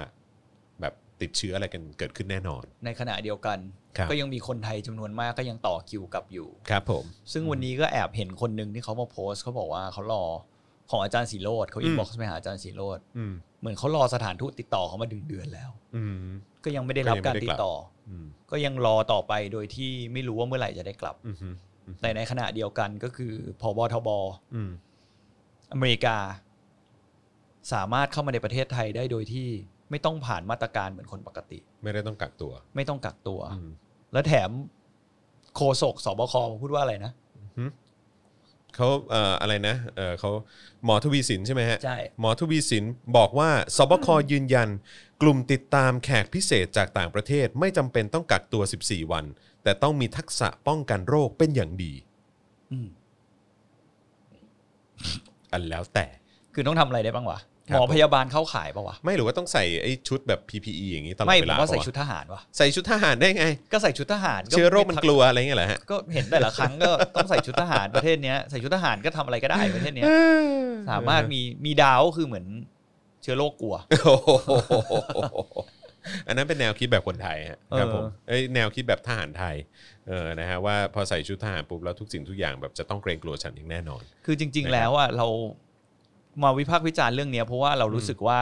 แบบติดเชื้ออะไรกันเกิดขึ้นแน่นอน
ในขณะเดียวกัน
ครับ
ก็ยังมีคนไทยจำนวนมากก็ยังต่อคิวกลับอยู่
ครับผม
ซึ่งวันนี้ก็แอบเห็นคนหนึ่งที่เขามาโพสต์เขาบอกว่าเขารอของอาจารย์สีโรดเขาอินบ็อกซ์ไปหาอาจารย์สีโรด
อืม
เหมือนเขารอสถานทูตติดต่อเขามาดึงเดือนแล้ว
อืม
ก็ยังไม่ได้รับ
ก็ยั
กาง ร
ไม่ได้
ติ
กลั
ด
บ
ต่อ
อืม
ก็ยังรอต่อไปโดยที่ไม่รู้ว่าเมื่อไหร่จะได้กลับ
อืมอืม
แต่ในขณะเดียวกันก็คือพบทบ
อืม
อเมริกา สามารถเข้ามาในประเทศไทยได้โดยที่ไม่ต้องผ่านมาตรการเหมือนคนปกติ
ไม่ได้ต้องกักตัว
ไม่ต้องกักตัว
อืม
แล้วแถมโคศกสบคพูดว่าอะไรนะ
เขาเอ่ออะไรนะเอ่อเขาหมอทวีสินใช่ไหมฮะ
ใช่
หมอทวีสินบอกว่าสบคยืนยัน กลุ่มติดตามแขกพิเศษจากต่างประเทศไม่จำเป็นต้องกักตัว 14 วัน แต่ต้องมีทักษะป้องกันโรคเป็นอย่างดี
อืม
อันแล้วแต่
คือต้องทำอะไรได้บ้างวะ
ครั
ห
บ
มอพยาบาลเข้าขายปะวะ
ไม่หรือว่าต้องใส่ไอ้ชุดแบบ PPE อย่างนี้ตลอด
ไม่
เว
ผม
ลา
ว่า
ปะ
ใส่
วะ
ชุดทหารวะ
ใส่ชุดทหารได้ไง
ก็ใส่ชุดทหารก็
เชื้อโรคมันกลัวอะไรเงี้ยเหรอฮะ
ก็เห็นแต่ละครั้งก็ต้องใส่ชุดทหารประเทศเนี้ยใส่ชุดทหารก็ทำอะไรก็ได้ประเทศเนี้ย สามารถมีมีดาวก็คือเหมือนเชื้อโรคกลัว
โอ้โห อันนั้นเป็นแนวคิดแบบคนไทยฮะครับผม
เออ
เอ้ยแนวคิดแบบทหารไทยเออนะฮะว่าพอใส่ชุดทหารปุ๊บแล้วทุกสิ่งทุกอย่างแบบจะต้องเกรงกลัวฉันอย่างแน่นอน
คือจริง ๆ แล้วอ่ะเรามาวิพากษ์วิจารณ์เรื่องเนี้ยเพราะว่าเรารู้สึกว่า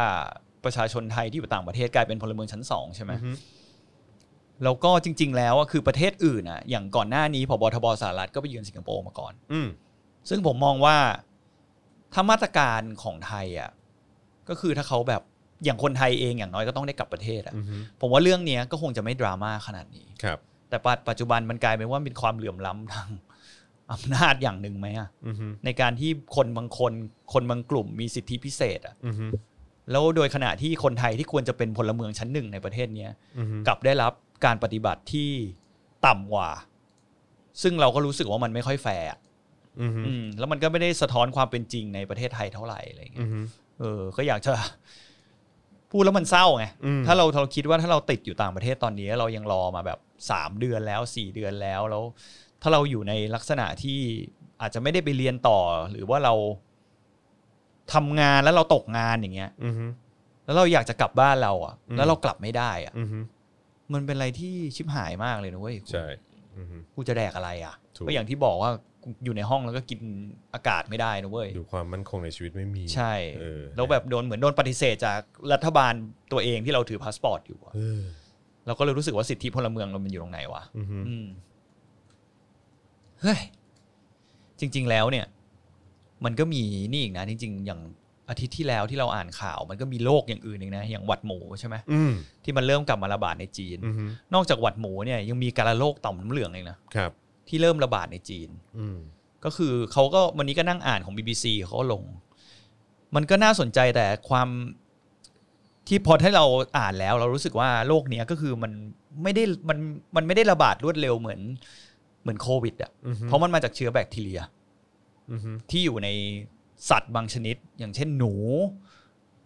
ประชาชนไทยที่อยู่ต่างประเทศกลายเป็นพลเมืองชั้นสองใช่ไหม
อือฮึ
แล้วก็จริง ๆ แล้วอ่ะคือประเทศอื่นอ่ะอย่างก่อนหน้านี้พบทบสหรัฐก็ไปเยือนสิงคโปร์มาก่อน
อืม
ซึ่งผมมองว่าถ้ามาตรการของไทยอ่ะก็คือถ้าเขาแบบอย่างคนไทยเองอย่างน้อยก็ต้องได้กลับประเทศอ่ะ
อือฮึ
ผมว่าเรื่องเนี้ยก็คงจะไม่ดราม่าขนาดนี้
ครับ
แต่ปัจปัจจุบันมันกลายเป็นว่าเป็นความเหลื่อมล้ำทาง อำนาจอย่างหนึ่งไหมอะ
อือฮึ
ในการที่คนบางคนคนบางกลุ่มมีสิทธิพิเศษอะ
อือฮึ
แล้วโดยขณะที่คนไทยที่ควรจะเป็นพลเมืองชั้นหนึ่งในประเทศเนี้ย
อือฮึ
กลับได้รับการปฏิบัติที่ต่ำกว่า ซึ่งเราก็รู้สึกว่ามันไม่ค่อยแฟร์อะ
อืม
อืมแล้วมันก็ไม่ได้สะท้อนความเป็นจริงในประเทศไทยเท่าไหร่อะไร
อื
เงี้ย
ม
เออ ก็อยากจะ พูดแล้วมันเศร้าไง
อืม
ถ้าเราเราคิดว่าถ้าเราติดอยู่ต่างประเทศตอนนี้ เรายังรอมาแบบสามเดือนแล้วสี่เดือนแล้วแล้ว ถ้าเราอยู่ในลักษณะที่อาจจะไม่ได้ไปเรียนต่อ หรือว่าเราทำงานแล้วเราตกงานอย่างเงี้ย
อืม
แล้วเราอยากจะกลับบ้านเราอ่ะ
อืม
แล้วเรากลับไม่ได้อ่ะ
อืม
มันเป็นอะไรที่ชิบหายมากเลยนะเว้ย
ใช่ อืม
กูจะแดกอะไรอ่ะ
ถูก
ก็อย่างที่บอกว่ากูอยู่ในห้องแล้วก็กินอากาศไม่ได้นะเว้ย
ดูความมั่นคงในชีวิตไม่มี
ใช่
เออ
แล้วแบบโดนเหมือนโดนปฏิเสธจากรัฐบาลตัวเองที่เราถือพาสปอร์ตอยู่อะ
เออ
เราก็เลยรู้สึกว่าสิทธิพลเมืองเรามันอยู่ตรงไหนวะ
อืม
อืมเฮ้ยจริง ๆ แล้วเนี่ย มันก็มีนี่อีกนะ จริง ๆ อย่างอาทิตย์ที่แล้วที่เราอ่านข่าว มันก็มีโรคอย่างอื่นอีกนะอย่างหวัดหมูใช่ไหม
อืม
ที่มันเริ่มกลับมาระบาดในจีน
อืม
นอกจากหวัดหมูเนี่ยยังมีการะโรคต่อมน้ำเหลืองเองนะครับ ที่เริ่มระบาดในจีน
อืม
ก็คือเขาก็วันนี้ก็นั่งอ่านของ BBC เขาก็ลง มันก็น่าสนใจแต่ความที่พอให้เราอ่านแล้ว เรารู้สึกว่าโรคเนี้ยก็คือมันไม่ได้มันมันไม่ได้ระบาดรวดเร็วเหมือนเหมือนโควิดอ่ะ
อืม
เพราะมันมาจากเชื้อแบคทีเรีย
อืม
ที่อยู่ในสัตว์บางชนิด อย่างเช่นหนู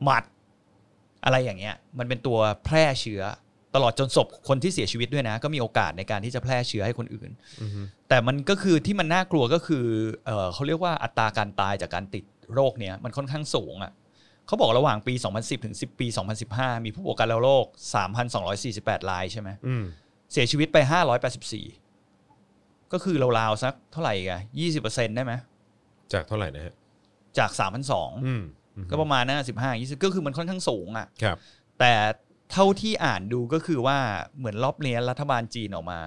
หมัด อะไรอย่างเงี้ย มันเป็นตัวแพร่เชื้อ ตลอดจนศพคนที่เสียชีวิตด้วยนะ ก็มีโอกาสในการที่จะแพร่เชื้อให้คนอื่น
อืม
แต่มันก็คือที่มันน่ากลัวก็คือเออเขาเรียกว่าอัตราการตายจากการติดโรคเนี้ยมันค่อนข้างสูงอะ่ะเขาบอกระหว่างปี 2010 ถึง 10 ปี 2015 มีผู้ป่วยการโรค 3,248รายใช่ไหม
อืม
เสียชีวิตไป 584 ก็คือราวๆสักเท่าไหร่กัน20%ได้ไหม
จากเท่าไหร่นะฮะ
จาก 3,200
อืมอืม
ก็ประมาณน่า15 20 ก็คือมันค่อนข้างสูงอ่ะ
ครับ
แต่เท่าที่อ่านดูก็คือว่าเหมือนรอบเนี้ยรัฐบาลจีนออกมา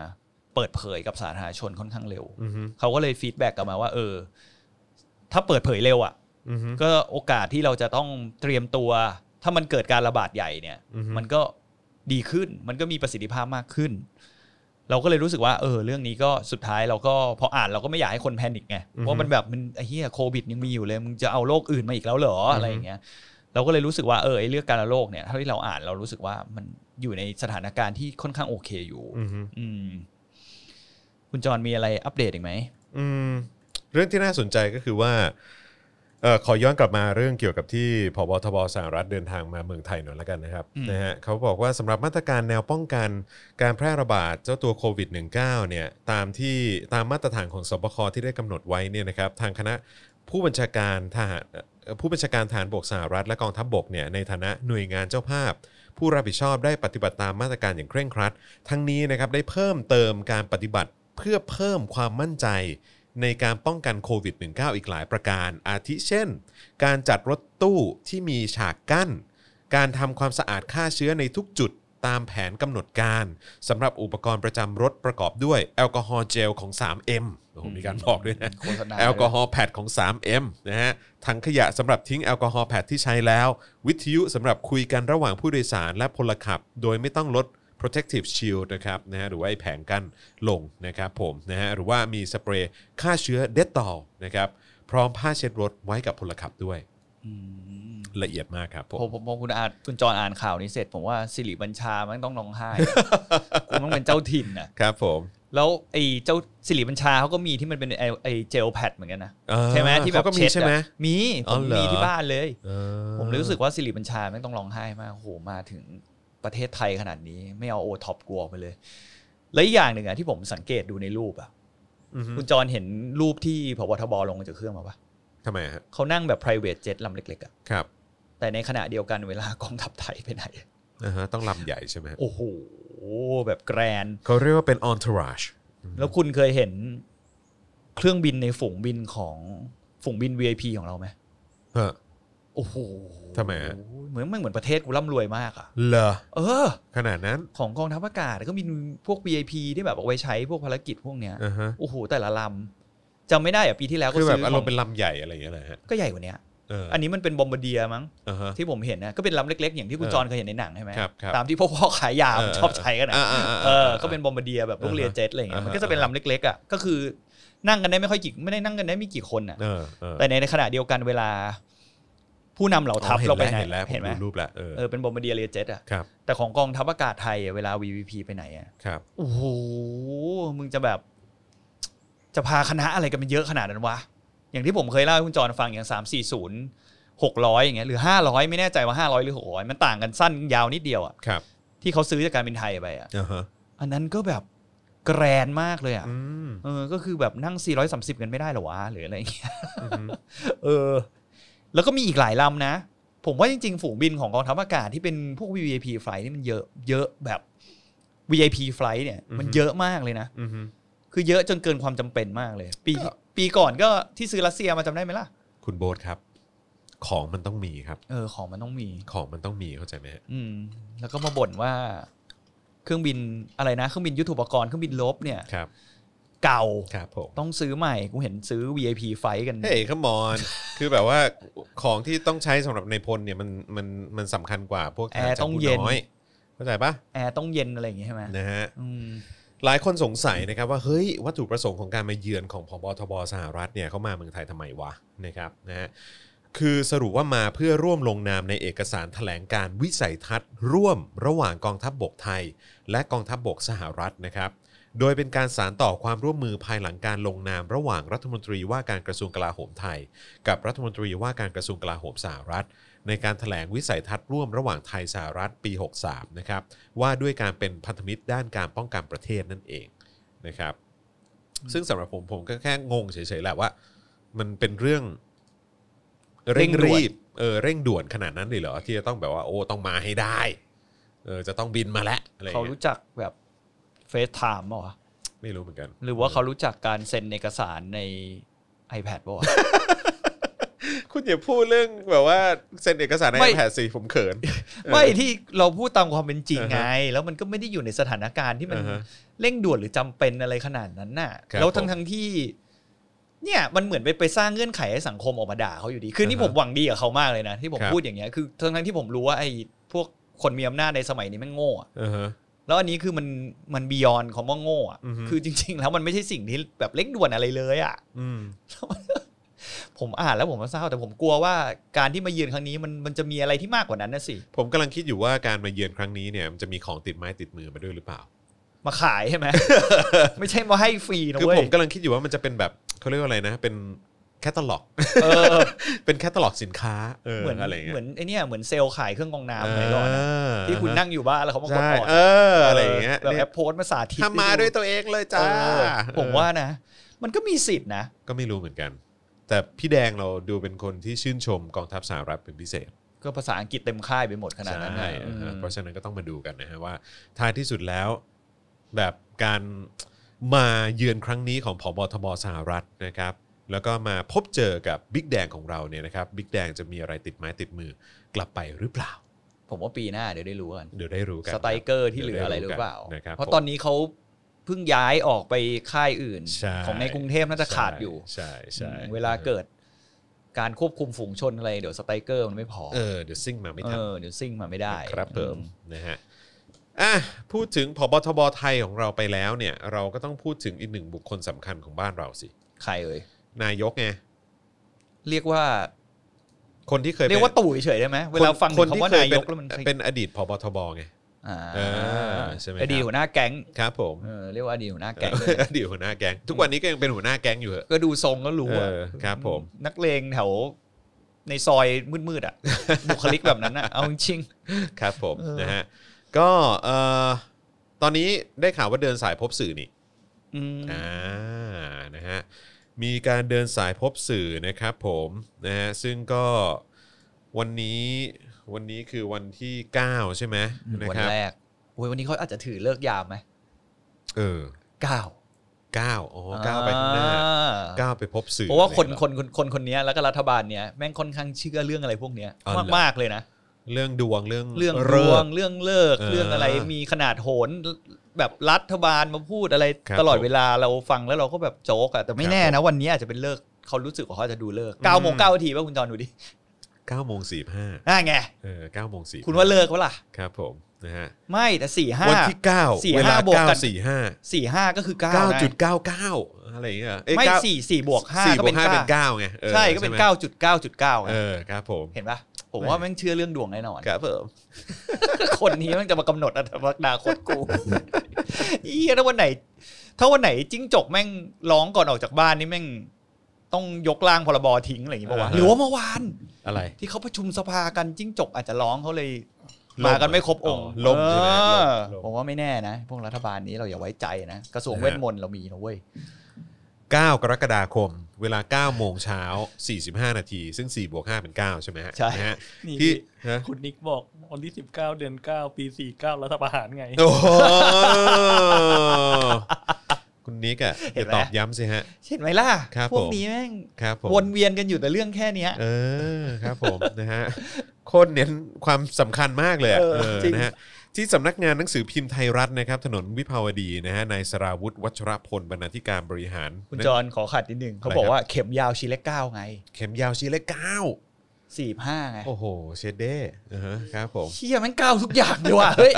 เปิดเผยกับสาธารณชนค่อนข้างเร็ว
อืม
เขาก็เลยฟีดแบ็กกลับมาว่า เออ ถ้าเปิดเผยเร็วอะ่ะ
อืม
ก็โอกาสที่เราจะต้องเตรียมตัว ถ้ามันเกิดการระบาดใหญ่เนี่ย
อือฮึ
มันก็ดีขึ้น มันก็มีประสิทธิภาพมากขึ้น เราก็เลยรู้สึกว่า เออ เรื่องนี้ก็สุดท้ายเราก็พออ่านเราก็ไม่อยากให้คนแพนิคไงเพราะมันแบบมันไอ้เหี้ยโควิดยังมีอยู่เลยมึงจะเอาโรคอื่นมาอีกแล้วเหรออะไรอย่างเงี้ย เราก็เลยรู้สึกว่าเออไอ้เรื่องการระโรคเนี่ยเท่าที่เราอ่านเรารู้สึกว่ามันอยู่ในสถานการณ์ที่ค่อนข้างโอเคอยู่
อืม
อืม คุณจรมีอะไรอัปเดตอีกไหม
อืมเรื่องที่น่าสนใจก็คือว่าเอ่อขอย้อนกลับมาเรื่องเกี่ยวกับที่พบทบสหรัฐเดินทางมาเมืองไทยหน่อยละกันนะครับ
อืม
นะฮะเขาบอกว่าสำหรับมาตรการแนวป้องกันการแพร่ระบาดเจ้าตัวโควิด -19 เนี่ยตามที่ตามมาตรฐานของสบคที่ได้กำหนดไว้เนี่ยนะครับทางคณะผู้บัญชาการทหารเอ่อผู้บัญชาการฐานบกสหรัฐและกองทัพบกเนี่ยในฐานะหน่วยงานเจ้าภาพ ผู้รับผิดชอบได้ปฏิบัติตามมาตรการอย่างเคร่งครัด ทั้งนี้นะครับได้เพิ่มเติมการปฏิบัติเพื่อเพิ่มความมั่นใจ ในการป้องกันโควิด -19 อีกหลายประการ อาทิเช่น การจัดรถตู้ที่มีฉากกั้น การทำความสะอาดฆ่าเชื้อในทุกจุดตามแผนกำหนดการสำหรับอุปกรณ์ประจำรถประกอบด้วยแอลกอฮอล์เจลของ 3M โอ้โหมีการบอกด้วยนะ
โฆษณา
แอลกอฮอล์แพดของ 3M นะฮะ ถังขยะสำหรับทิ้งแอลกอฮอล์แพดที่ใช้แล้ว วิทยุสำหรับคุยกันระหว่างผู้โดยสารและพลขับ โดยไม่ต้องลด protective shield นะครับนะฮะหรือว่าไอ้แผงกั้นลงนะครับผมนะฮะหรือว่ามีสเปรย์ฆ่าเชื้อเดตตอลนะครับพร้อมผ้าเช็ดรถไว้กับพลขับด้วย
อืม
ละเอียดมากครับผม
ผมผมผมคุณอาจคุณจรอ่านข่าวนี้เสร็จ ผมว่าสิริบัญชามันต้องร้องไห้ คุณต้องเป็นเจ้าถิ่นนะครับ
ผม
แล้วไอ้เจ้าสิริบัญชาเขาก็มีที่มันเป็นไอ้ไอ้เจลแพดเหมือนกันนะ
อ่า
ใช่ไหมที่แบบ
เขาก็มี
เช็ดอะ
ใช่ไหม
มีผ
อ๋อ
ม
เหรอ
มีที่บ้านเลย
อ่า
ผมรู้สึกว่าสิริบัญชาไม่งต้องร้องไห้มากโอ้โหมาถึงประเทศไทยขนาดนี้ไม่เอาโอท็อปกลัวไปเลย และอีกอย่างหนึ่งอะที่ผมสังเกตดูในรูปอะ
อือฮึ
คุณจรเห็นรูปที่พบทบลงมาจากเครื่องมาปะ
ทำไมฮะ
เขานั่งแบบ private jet ลำเล็กๆอะ
ครับ
แต่ในขณะเดียวกันเวลากองทัพไทยไปไหน
นะฮะต้องลำใหญ่ใช่ไหมฮะ
โอ้โห แบบแกรน
เขาเรียกว่าเป็น entourage
แล้วคุณเคยเห็นเครื่องบินในฝูงบินของฝูงบิน VIP ของเราไหม
ฮะ
โอ้โห
ทำไมฮะ
เหมือนมันเหมือนประเทศกูร่ำรวยมากอะ
เหรอ
เออ
ขนาดนั้น
ของกองทัพอากาศก็มีพวก VIP ที่แบบเอาไว้ใช้พวกภารกิจพวกเนี้ย
อ่าฮะ
โอ้โหแต่ละลำจำไม่ได้อะปีที่แล้วก็
คือแบบ
ซื้อ
อา
อ
ร
ข
ม
อง
ณ์เป็นลำใหญ่อะไรอย่างเงี้ยนะฮะ
ก็ใหญ่กว่าเนี้ย
เออ
อันนี้มันเป็นบอมบเดียมั้ง
อ่าฮะ
ที่ผมเห็นนะก็เป็นลำเล็กๆ อย่างที่คุณ
เออ
จรเคยเห็นในหนังใช่ไหม
ครับครับ
ตามที่พวกพ่อขายยา
เออ
ชอบใช้กันอะ
อ่าๆๆ
เออก็เป็นบอมบเดียแบบพวกเรียเจ็ตอะไรอย่างเงี้ย
อ่าฮะ
มันก็จะเป็นลำเล็กๆอ่ะก็คือนั่งกันได้ไม่ค่อยกี่ไม่ได้นั่งกันได้ไม่กี่คนอ่ะ
เออเออ
แต่ในขณะเดียวกันเวลา ผู้นำเหล่าทัพ
อ๋อ
เราไปไหน
เห็นแล้วเห็น
ไหม
แล้วผมดูรูปแล้วเออ
เออเป็นบอมบเดียเรียเจ็ตอ่ะ
ครับ
แต่ของกองทัพอากาศไทยอะเวลา VVP ไปไหนอ่ะ
ครับ
โอ้โห มึงจะแบบ จะพาคณะอะไรกันมันเยอะขนาดนั้นวะ อย่างที่ผมเคยเล่าให้คุณจอนฟังอย่างสามสี่ศูนย์หกร้อยอย่างเงี้ยหรือห้าร้อยไม่แน่ใจว่าห้าร้อยหรือหกร้อยมันต่างกันสั้นยาวนิดเดียวอะ
ครับ
ที่เขาซื้อจากการบินไทยไปอะ
อ่าฮะ
อันนั้นก็แบบแกรนมากเลยอะ
อืม
เออ ก็คือแบบนั่ง 430 กันไม่ได้เหรอวะ หรืออะไรอย่างเงี้ย
อืม
เออ แล้วก็มีอีกหลายลำนะ ผมว่าจริงๆ ฝูงบินของกองทัพอากาศที่เป็นพวก VIP flight นี่มันเยอะ เยอะแบบ VIP flight เนี่ย มันเยอะมากเลยนะ
อืม
คือเยอะจนเกินความจำเป็นมากเลย ปีปีก่อนก็ที่ซื้อรัสเซียมาจำได้ไหมล่ะ
คุณโบ๊ทครับ ของมันต้องมีครับ
เออของมันต้องมี
ของมันต้องมีเข้าใจไหมฮะ
อืม แล้วก็มาบ่นว่า เครื่องบินอะไรนะเครื่องบินยุทโธปกรณ์เครื่องบินลบเนี่ย
ครับ
เก่า
ครับผม
ต้องซื้อใหม่กูเห็นซื้อ VIP ไฟกัน
เฮ้ยขมอน คือแบบว่าของที่ต้องใช้สำหรับในพลเนี่ยมันมันมันสำคัญกว่าพวกทหาร
แอร์
จาก
ต้อง
ผู้
เย็น
น้อยเข้าใจปะ
แอร์ต้องเย็นอะไรอย่างงี้ใช่ไหม
นะฮะ
อืม
หลายคนสงสัยนะครับว่าเฮ้ยวัตถุประสงค์ของการมาเยือนของพบทบสหรัฐเนี่ยเขามาเมืองไทยทำไมวะนะครับนะฮะคือสรุปว่ามาเพื่อร่วมลงนามในเอกสารแถลงการวิสัยทัศน์ ร่วมระหว่างกองทัพบบกไทย และกองทัพบบกสหรัฐนะครับ โดยเป็นการสารต่อความร่วมมือภายหลังการลงนามระหว่างรัฐมนตรีว่าการกระทรวงกลาโหมไทย กับรัฐมนตรีว่าการกระทรวงกลาโหมสหรัฐ ในการแถลงวิสัยทัศน์ร่วมระหว่างไทยสหรัฐปี 63 นะครับ ว่าด้วยการเป็นพันธมิตรด้านการป้องกันประเทศนั่นเองนะครับ ซึ่งสำหรับผมผมก็แค่งงเฉยๆแหละว่า มันเป็นเรื่อง
เร่ง
เร่ง
ด่วน
รีบเออเร่งด่วนขนาดนั้นเลยเหรอ ที่จะต้องแบบว่าโอ้ต้องมาให้ได้เออจะต้องบินมาแล้วอะไรอย่า
เขา
งเงี้ย
รู้จักแบบเฟซไทม์ป่าวะ
ไม่รู้เหมือนกัน
หรือว่าเขารู้จักการเซ็นเอกสารใน iPad ป่าวะ
คุณอย่าพูดเรื่องแบบว่าเซ็นเอกสารใน
ไม่
แผนสิผมเขิน
ไม่ที่เราพูดตามความเป็นจริง
อ่าฮะ
ไง แล้วมันก็ไม่ได้อยู่ในสถานการณ์ที่มัน
อ่าฮะ
เร่งด่วนหรือจำเป็นอะไรขนาดนั้นน่ะ
ครับ
แล้วทั้งทั้งๆที่ เนี่ย มันเหมือนไปไปสร้างเงื่อนไขให้สังคมออกมาด่าเขาอยู่ดี คือนี่
อ่าฮะ
ผมหวังดีกับเขามากเลยนะ ที่ผม
ครับ
พูดอย่างเงี้ยคือทั้งทั้งๆที่ผมรู้ว่าไอ้พวกคนมีอำนาจในสมัยนี้แม่งโง่อะ
อ่าฮะ
แล้วอันนี้คือมันมันบียอนของว่าโง่อะ
อือฮึ
คือจริง ๆ แล้วมันไม่ใช่สิ่งที่แบบเร่งด่วนอะไรเลยอ่ะ
อืม
ผมอ่านแล้วผมก็เศร้าแต่ผมกลัวว่าการที่มาเยือนครั้งนี้มันมันจะมีอะไรที่มากกว่านั้นนะสิ
ผมกำลังคิดอยู่ว่าการมาเยือนครั้งนี้เนี่ยมันจะมีของติดไม้ติดมือมาด้วยหรือเปล่า
มาขายใช่ไหม ไม่ใช่มาให้ฟรีนะ
คือ
เว้ย
ผมกำลังคิดอยู่ว่ามันจะเป็นแบบเขาเรียกว่าอะไรนะ เป็นแคตตาล็อก
เออ
เป็นแคตตาล็อกสินค้าเออ
เหมือน
อะไรเงี้ย
เหมือนไอเนี่ยเหมือนเซลล์ขายเครื่องกรองน้ำในก่อน
เ
อะที่คุณนั่งอยู่บ้านแล้วเขามากด
ใช่
ออด
เอออะไรอย่างเงี้ย
แบบ
เนี่
แอย ปโพสต์มาสาธิต
ทำมาด้วยตัวเองเลยจ้า
เออผมว่านะ มันก็มีสิทธินะ
ก็ไม่รู้เหมือนกัน แต่พี่แดงเราดูเป็นคนที่ชื่นชมกองทัพสหรัฐเป็นพิเศษ
ก็ภาษาอังกฤษเต็มค่ายไปหมดขนาดนั้นนะ
ใช่
อืม
นะฮะเพราะฉะนั้นก็ต้องมาดูกันนะฮะว่าท้ายที่สุดแล้วแบบการมาเยือนครั้งนี้ของผบทบสหรัฐนะครับ แล้วก็มาพบเจอกับบิ๊กแดงของเราเนี่ยนะครับบิ๊กแดงจะมีอะไรติดไม้ติดมือกลับไปหรือเปล่า
ผมว่าปีหน้าเดี๋ยวได้รู้กัน
เดี๋ยวได้รู้กัน
สไตรเกอร์ที่เหลืออะไรหรือเปล่า
นะครับ
เพราะตอนนี้เขาเพิ่งย้ายออกไปค่ายอื่น
ใช่
ของในกรุงเทพน่าจะขาดอยู่
ใช่ใช่
เวลาเกิดการควบคุมฝูงชนอะไร เดี๋ยวสไตรเกอร์มันไม่พอ
เออเดี๋ยวซิ่งมาไม่ทัน
เออเดี๋ยวซิ่งมาไม่ได้
ครับเพิ่ม
อื
นะฮะ อ่ะพูดถึงพบทบไทยของเราไปแล้วเนี่ย เราก็ต้องพูดถึงอีกหนึ่งบุคคลสำคัญของบ้านเราสิ
ใครเอ่ย
นายกไง
เรียกว่า
คนที่เคยป็น
เรียกว่าตู่เฉยๆได้ไหมเวลาฟัง
คน
คำ
ที่
ว่า
เคย
นาย
เป็น
กแล้วมัน
เป็นอดีตพบทบไง
อ่า
เออใช่ไหมครับ
อดีตหัวหน้าแก๊ง
ครับผม
เออเรียกว่าอดีตหัวหน้าแก๊งเลย
อดีตหัวหน้าแก๊งทุกวันนี้ก็ยังเป็นหัวหน้าแก๊งอยู่เหอะ
ก็ดูทรงก็รู้อะ
เออครับผม
นักเลงแถวในซอยมืดๆอ่ะ บุคลิกแบบนั้นอ่ะเอาจริง
ครับผม
เออ
นะฮะก็เอ่อตอนนี้ได้ข่าวว่าเดินสายพบสื่อนี่
ๆอืม
อ่านะฮะมีการเดินสายพบสื่อนะครับผมนะฮะซึ่งก็วันนี้วันนี้คือวันที่ 9 ใช่ไหมนะ
วัน
ครับ
แรกโอ้ยวันนี้เขาอาจจะถือเลิกยามไหม
เออ
เก้า
9อ๋อ9ไปข้างหน้า
อ่
เก้าไปพบสื่อ
เพราะว่าคน
อไอย่ง
ค
เงี้
นคน
ย
คนคนเนี้ยแล้วก็รัฐบาลเนี้ยแม่งค่อนข้างเชื่อเรื่องอะไรพวกเนี้ย
อ๋อเหรอ
มากๆเลยนะ
เรื่องดวงเรื่อง
เรื่องร
เลิ
ว
ก
งเรื่องเลิก
เออ
เรื่องอะไรมีขนาดโหนแบบรัฐบาลมาพูดอะไร
ครับ
ตลอด
ผม
เวลาเราฟังแล้วเราก็แบบโจ๊กอะแต่
ค
ไม่
รับ
แน่นะวันนี้อาจจะเป็นเลิกเขารู้สึกว่าเขาจะดูเลิก
อืม
เก้าโมงเก้านาทีป่ะคุณจอนดูดิ
เก้าโมงสี่ห้า
น่าไง
เออเก้าโมงสี่
คุณว่าเลิกวะล่ะ
ครับผมนะฮะ
ไม่แต่สี่ห้า
วันที่เก้า
สี่
เวลา
ห้าบวก
เก้า
กัน
สี่ห้า
สี่ห้าก็คือเก้า
เก้า
นะ
จุดเก้าเก้าอะไรอย่างเงี้ยเอ้ย
ไม่
เก้า
สี่สี่บวกห้า
สี่
ก็
บว
เป็
ก
น
ห้าเป็น
เก้า
เก้าไงเออ
ใช่ก็เป็น
ไหม
เก้าจุดเก้าจุดเก้าไง
เออครับผม
เห็นปะผมว่าแม่งเชื่อเรื่องดวงแน่นอน
ครับผม
คนนี้มันจะมากำหนดอนาคต กู อียถ้าวันไหน ถ้าวันไหนจิ้งจกแม่งร้องก่อนออกจากบ้านนี่แม่ง ต้องยกร่างพรบทิ้งอะไรอย่างงี้ป่าวะหรือว่าเมื่อวาน
อะไร
ที่เขาประชุมสภากันจิ้งจกอาจจะร้องเขาเลยมากันไม่ครบองค์
ล่มใช่ไหม
เออ
ล่ม
ผมว่าไม่แน่นะ พวกรัฐบาลนี้เราอย่าไว้ใจนะ กระทรวงเวทมนต์เรามีนะเว้ย
เก้ากรกฎาคม เวลา9โมงเช้า 45 นาที ซึ่ง4บวก5เป็น 9 ใช่ไหมฮะ
ใช่
นะฮะ
นี่
ที่ฮะ
คุณนิกบอกวันที่สิบเก้าเดือนเก้าปีสี่เก้ารัฐประหารไง
โอ้โหคุณนิกอะอย่าตอบย้ำสิฮะ
เช่นไหมล่ะ
ครับผม
พวกนี้แม่ง
ครับผม
วนเวียนกันอยู่แต่เรื่องแค่เนี้ย
เออครับผม นะฮะโคตรเน้นความสำคัญมากเลยอะ
เออ
เออ
จริง
นะฮะที่สำนักงานหนังสือพิมพ์ไทยรัฐนะครับ ถนนวิภาวดีนะฮะนายสราวุธวัชรพลบรรณาธิการบริหาร
คุณจรขอขัดนิดนึงเขาบอกว่าเข็มยาวชีเล็กเก้าไง
เข็มยาวชีเลขเก้า
สี่ห้าไง
โอ้โห เชดเด้อือฮะครับผม
เชี่ยแมันก้าวทุกอย่างเลยว่ะเฮ้ย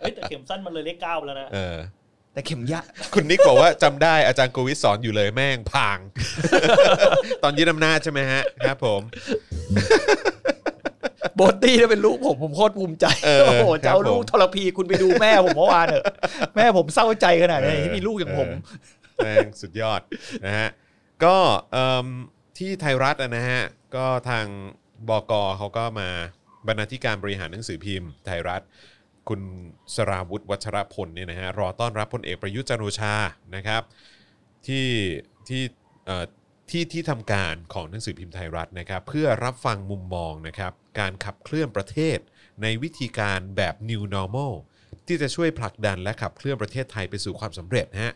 เฮ้ยแต่เข็มสั้นมันเลยเลขเก้าไปแล้วนะ
เอ อ
แต่เข็มยะ
คุณนิกบอกว่าจำได้อาจารย์โกวิทสอนอยู่เลยแม่งพาง ตอนยึดอำนาจใช่ไหมฮะครับผม
โบทตี้ถ้าเป็นลูกผมผมโคตรภูมิใจ
เออ
โอ้โห
ครับ
เจ้าลู
ผ
ก
ม
ทรพีคุณไปดูแม่ผมเมื่อวาน เถอะแม่ผมเศร้าใจขนาดไห
เออ
นที่มีลูกอย่างผม
แม่งสุดยอด นะฮะก็เอิ่มที่ไทยรัฐอะนะฮะก็ทางบกเขาก็มาบรรณาธิการบริหารหนังสือพิมพ์ ไทยรัฐ คุณสราวุธวัชรพลเนี่ยนะฮะรอต้อนรับพลเอกประยุทธ์จันทร์โอชานะครับที่ที่เอ่อที่ที่ทำการของหนังสือพิมพ์ไทยรัฐนะครับเพื่อรับฟังมุมมองนะครับการขับเคลื่อนประเทศในวิธีการแบบ new normal ที่จะช่วยผลักดันและขับเคลื่อนประเทศไทยไปสู่ความสำเร็จนะฮะ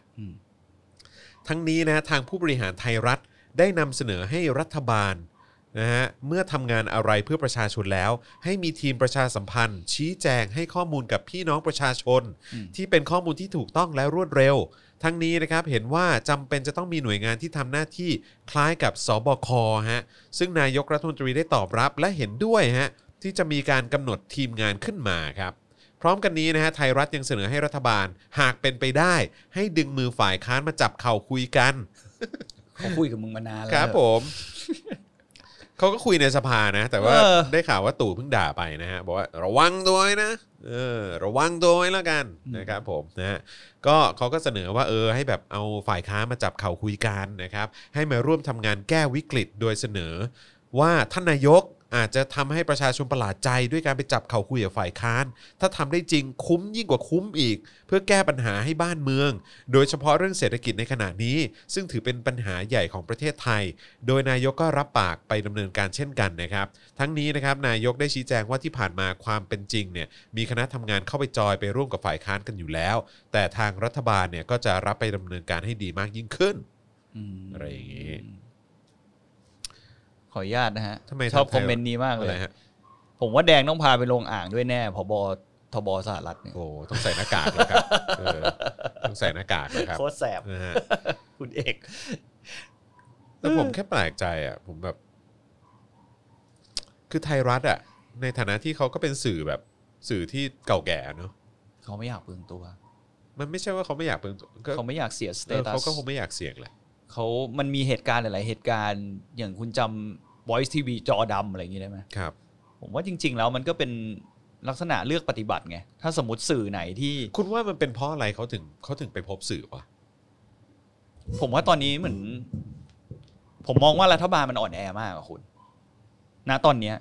ทั้งนี้นะทางผู้บริหารไทยรัฐได้นำเสนอให้รัฐบาลนะฮะเมื่อทำงานอะไรเพื่อประชาชนแล้ว ให้มีทีมประชาสัมพันธ์ ชี้แจงให้ข้อมูลกับพี่น้องประชาชน
อืม
ที่เป็นข้อมูลที่ถูกต้องและรวดเร็ว ทั้งนี้นะครับเห็นว่าจำเป็นจะต้องมีหน่วยงานที่ทำหน้าที่คล้ายกับสบคฮะซึ่งนายกรัฐมนตรีได้ตอบรับและเห็นด้วยฮะที่จะมีการกำหนดทีมงานขึ้นมาครับ พร้อมกันนี้นะฮะไทยรัฐยังเสนอให้รัฐบาลหากเป็นไปได้ ให้ดึงมือฝ่ายค้านมาจับเข่าคุยกัน
เขาคุยกับมึงมานานแล้ว
ครับผม เขาก็คุยในสภานะ แต่ว่า
เออ
ได้ข่าวว่าตู่เพิ่งด่าไปนะฮะบอกว่าระวังตัวไว้นะเออ ระวังตัวไว้แล้วกันนะครับผมนะฮะก็เขาก็เสนอว่าเออ ให้แบบเอาฝ่ายค้านมาจับเข่าคุยกันนะครับ ให้มาร่วมทำงานแก้วิกฤตโดยเสนอ ว่าท่านนายกอาจจะทำให้ประชาชนประหลาดใจด้วยการไปจับเข่าคุยกับฝ่ายค้าน ถ้าทำได้จริงคุ้มยิ่งกว่าคุ้มอีก เพื่อแก้ปัญหาให้บ้านเมือง โดยเฉพาะเรื่องเศรษฐกิจในขณะนี้ ซึ่งถือเป็นปัญหาใหญ่ของประเทศไทย โดยนายกก็รับปากไปดำเนินการเช่นกันนะครับ ทั้งนี้นะครับนายกได้ชี้แจงว่าที่ผ่านมาความเป็นจริงเนี่ยมีคณะทำงานเข้าไปจอยไปร่วมกับฝ่ายค้านกันอยู่แล้ว แต่ทางรัฐบาลเนี่ยก็จะรับไปดำเนินการให้ดีมากยิ่งขึ้น
ม
อะไรอย่างงี้
ขออนุญาตนะฮะ
ทำไม
ชอบ
ทำไทย
คอมเมนต์นี้มากเล
อะไร
ย
ฮะ
ผมว่าแดงต้องพาไปลงอ่างด้วยแน่พบทบสหรัฐเนี่ย
โอ้ต้องใส่หน้ากากนะครับเออต้องใส่หน้ากากนะครับ
โคตรแสบ
นะฮะ
คุณเอก
แต่ผมแค่แปลกใจอ่ะผมแบบ คือไทยรัฐอ่ะในฐานะที่เขาก็เป็นสื่อแบบสื่อที่เก่าแก่เนอะ
เขาไม่อยากเปลืองตัว
มันไม่ใช่ว่าเขาไม่อยากเป็นก็
เขาไม่อยากเสียสเต
เออ
ตัส
เขาก็คงไม่อยากเสี่ยงแหละ
เขามันมีเหตุการณ์หลาย ๆ เหตุการณ์อย่างคุณจำ Voice TV จอดำอะไรอย่างนี้ได้ไหม
ครับ
ผมว่าจริง ๆ แล้วมันก็เป็นลักษณะเลือกปฏิบัติไง ถ้าสมมติสื่อไหนที่
คุณว่ามันเป็นเพราะอะไรเขาถึงเขาถึงไปพบสื่อวะ
ผมว่าตอนนี้เหมือน ผมมองว่ารัฐบาลมันอ่อนแอมากอะคุณนะตอนเนี้ย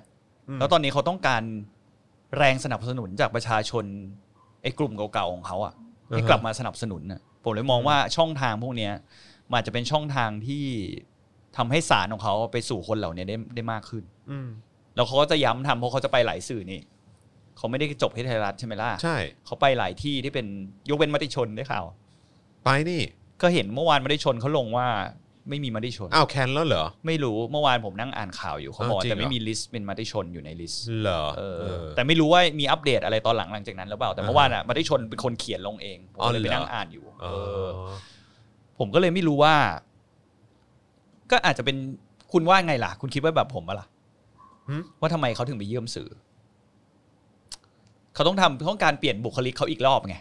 ม
แล้วตอนนี้เขาต้องการแรงสนับสนุนจากประชาชนไอ้กลุ่มเก่าๆของเขาอะให้กลับมาสนับสนุนน่ะผมเลยมองว่าช่องทางพวกเนี้ยมันอาจจะเป็นช่องทางที่ทำให้สารของเขาไปสู่คนเหล่านี้ได้ได้มากขึ้น
อืม
แล้วเขาก็จะย้ำทำเพราะเขาจะไปหลายสื่อนี่เขาไม่ได้จบที่ไทยรัฐใช่ไหมล่ะ
ใช่
เขาไปหลายที่ที่เป็นยกเว้นมติชนได้ข่าว
ไปนี่
ก็เห็นเมื่อวานมติชนเขาลงว่าไม่มีมติชน
อ้าวแคนแล้วเหรอ
ไม่รู้เมื่อวานผมนั่งอ่านข่าวอยู่เขาบอก
อ้าวจริงเหร
แต่
อ
ไม่มีลิสต์เป็นมติชนอยู่ในลิสต์
เหรอ
เออ
เออ
แต่ไม่รู้ว่ามีอัปเดตอะไรตอนหลังหลังจากนั้นหรือเปล่าแต่เมื่อวานอ่ะมติชนเป็นคนเขียนลงเองผม
อ๋อ
เลยไป
เหรอ
นั่งอ่านอยู่
เอ
เออ
อ
ผมก็เลยไม่รู้ว่า ก็อาจจะเป็นคุณว่าไงล่ะ คุณคิดว่าแบบผมปะล่ะ
หึ
ว่าทำไมเขาถึงไปเยี่ยมสื่อ เขาต้องทำเขาต้องการเปลี่ยนบุคลิกเขาอีกรอบไง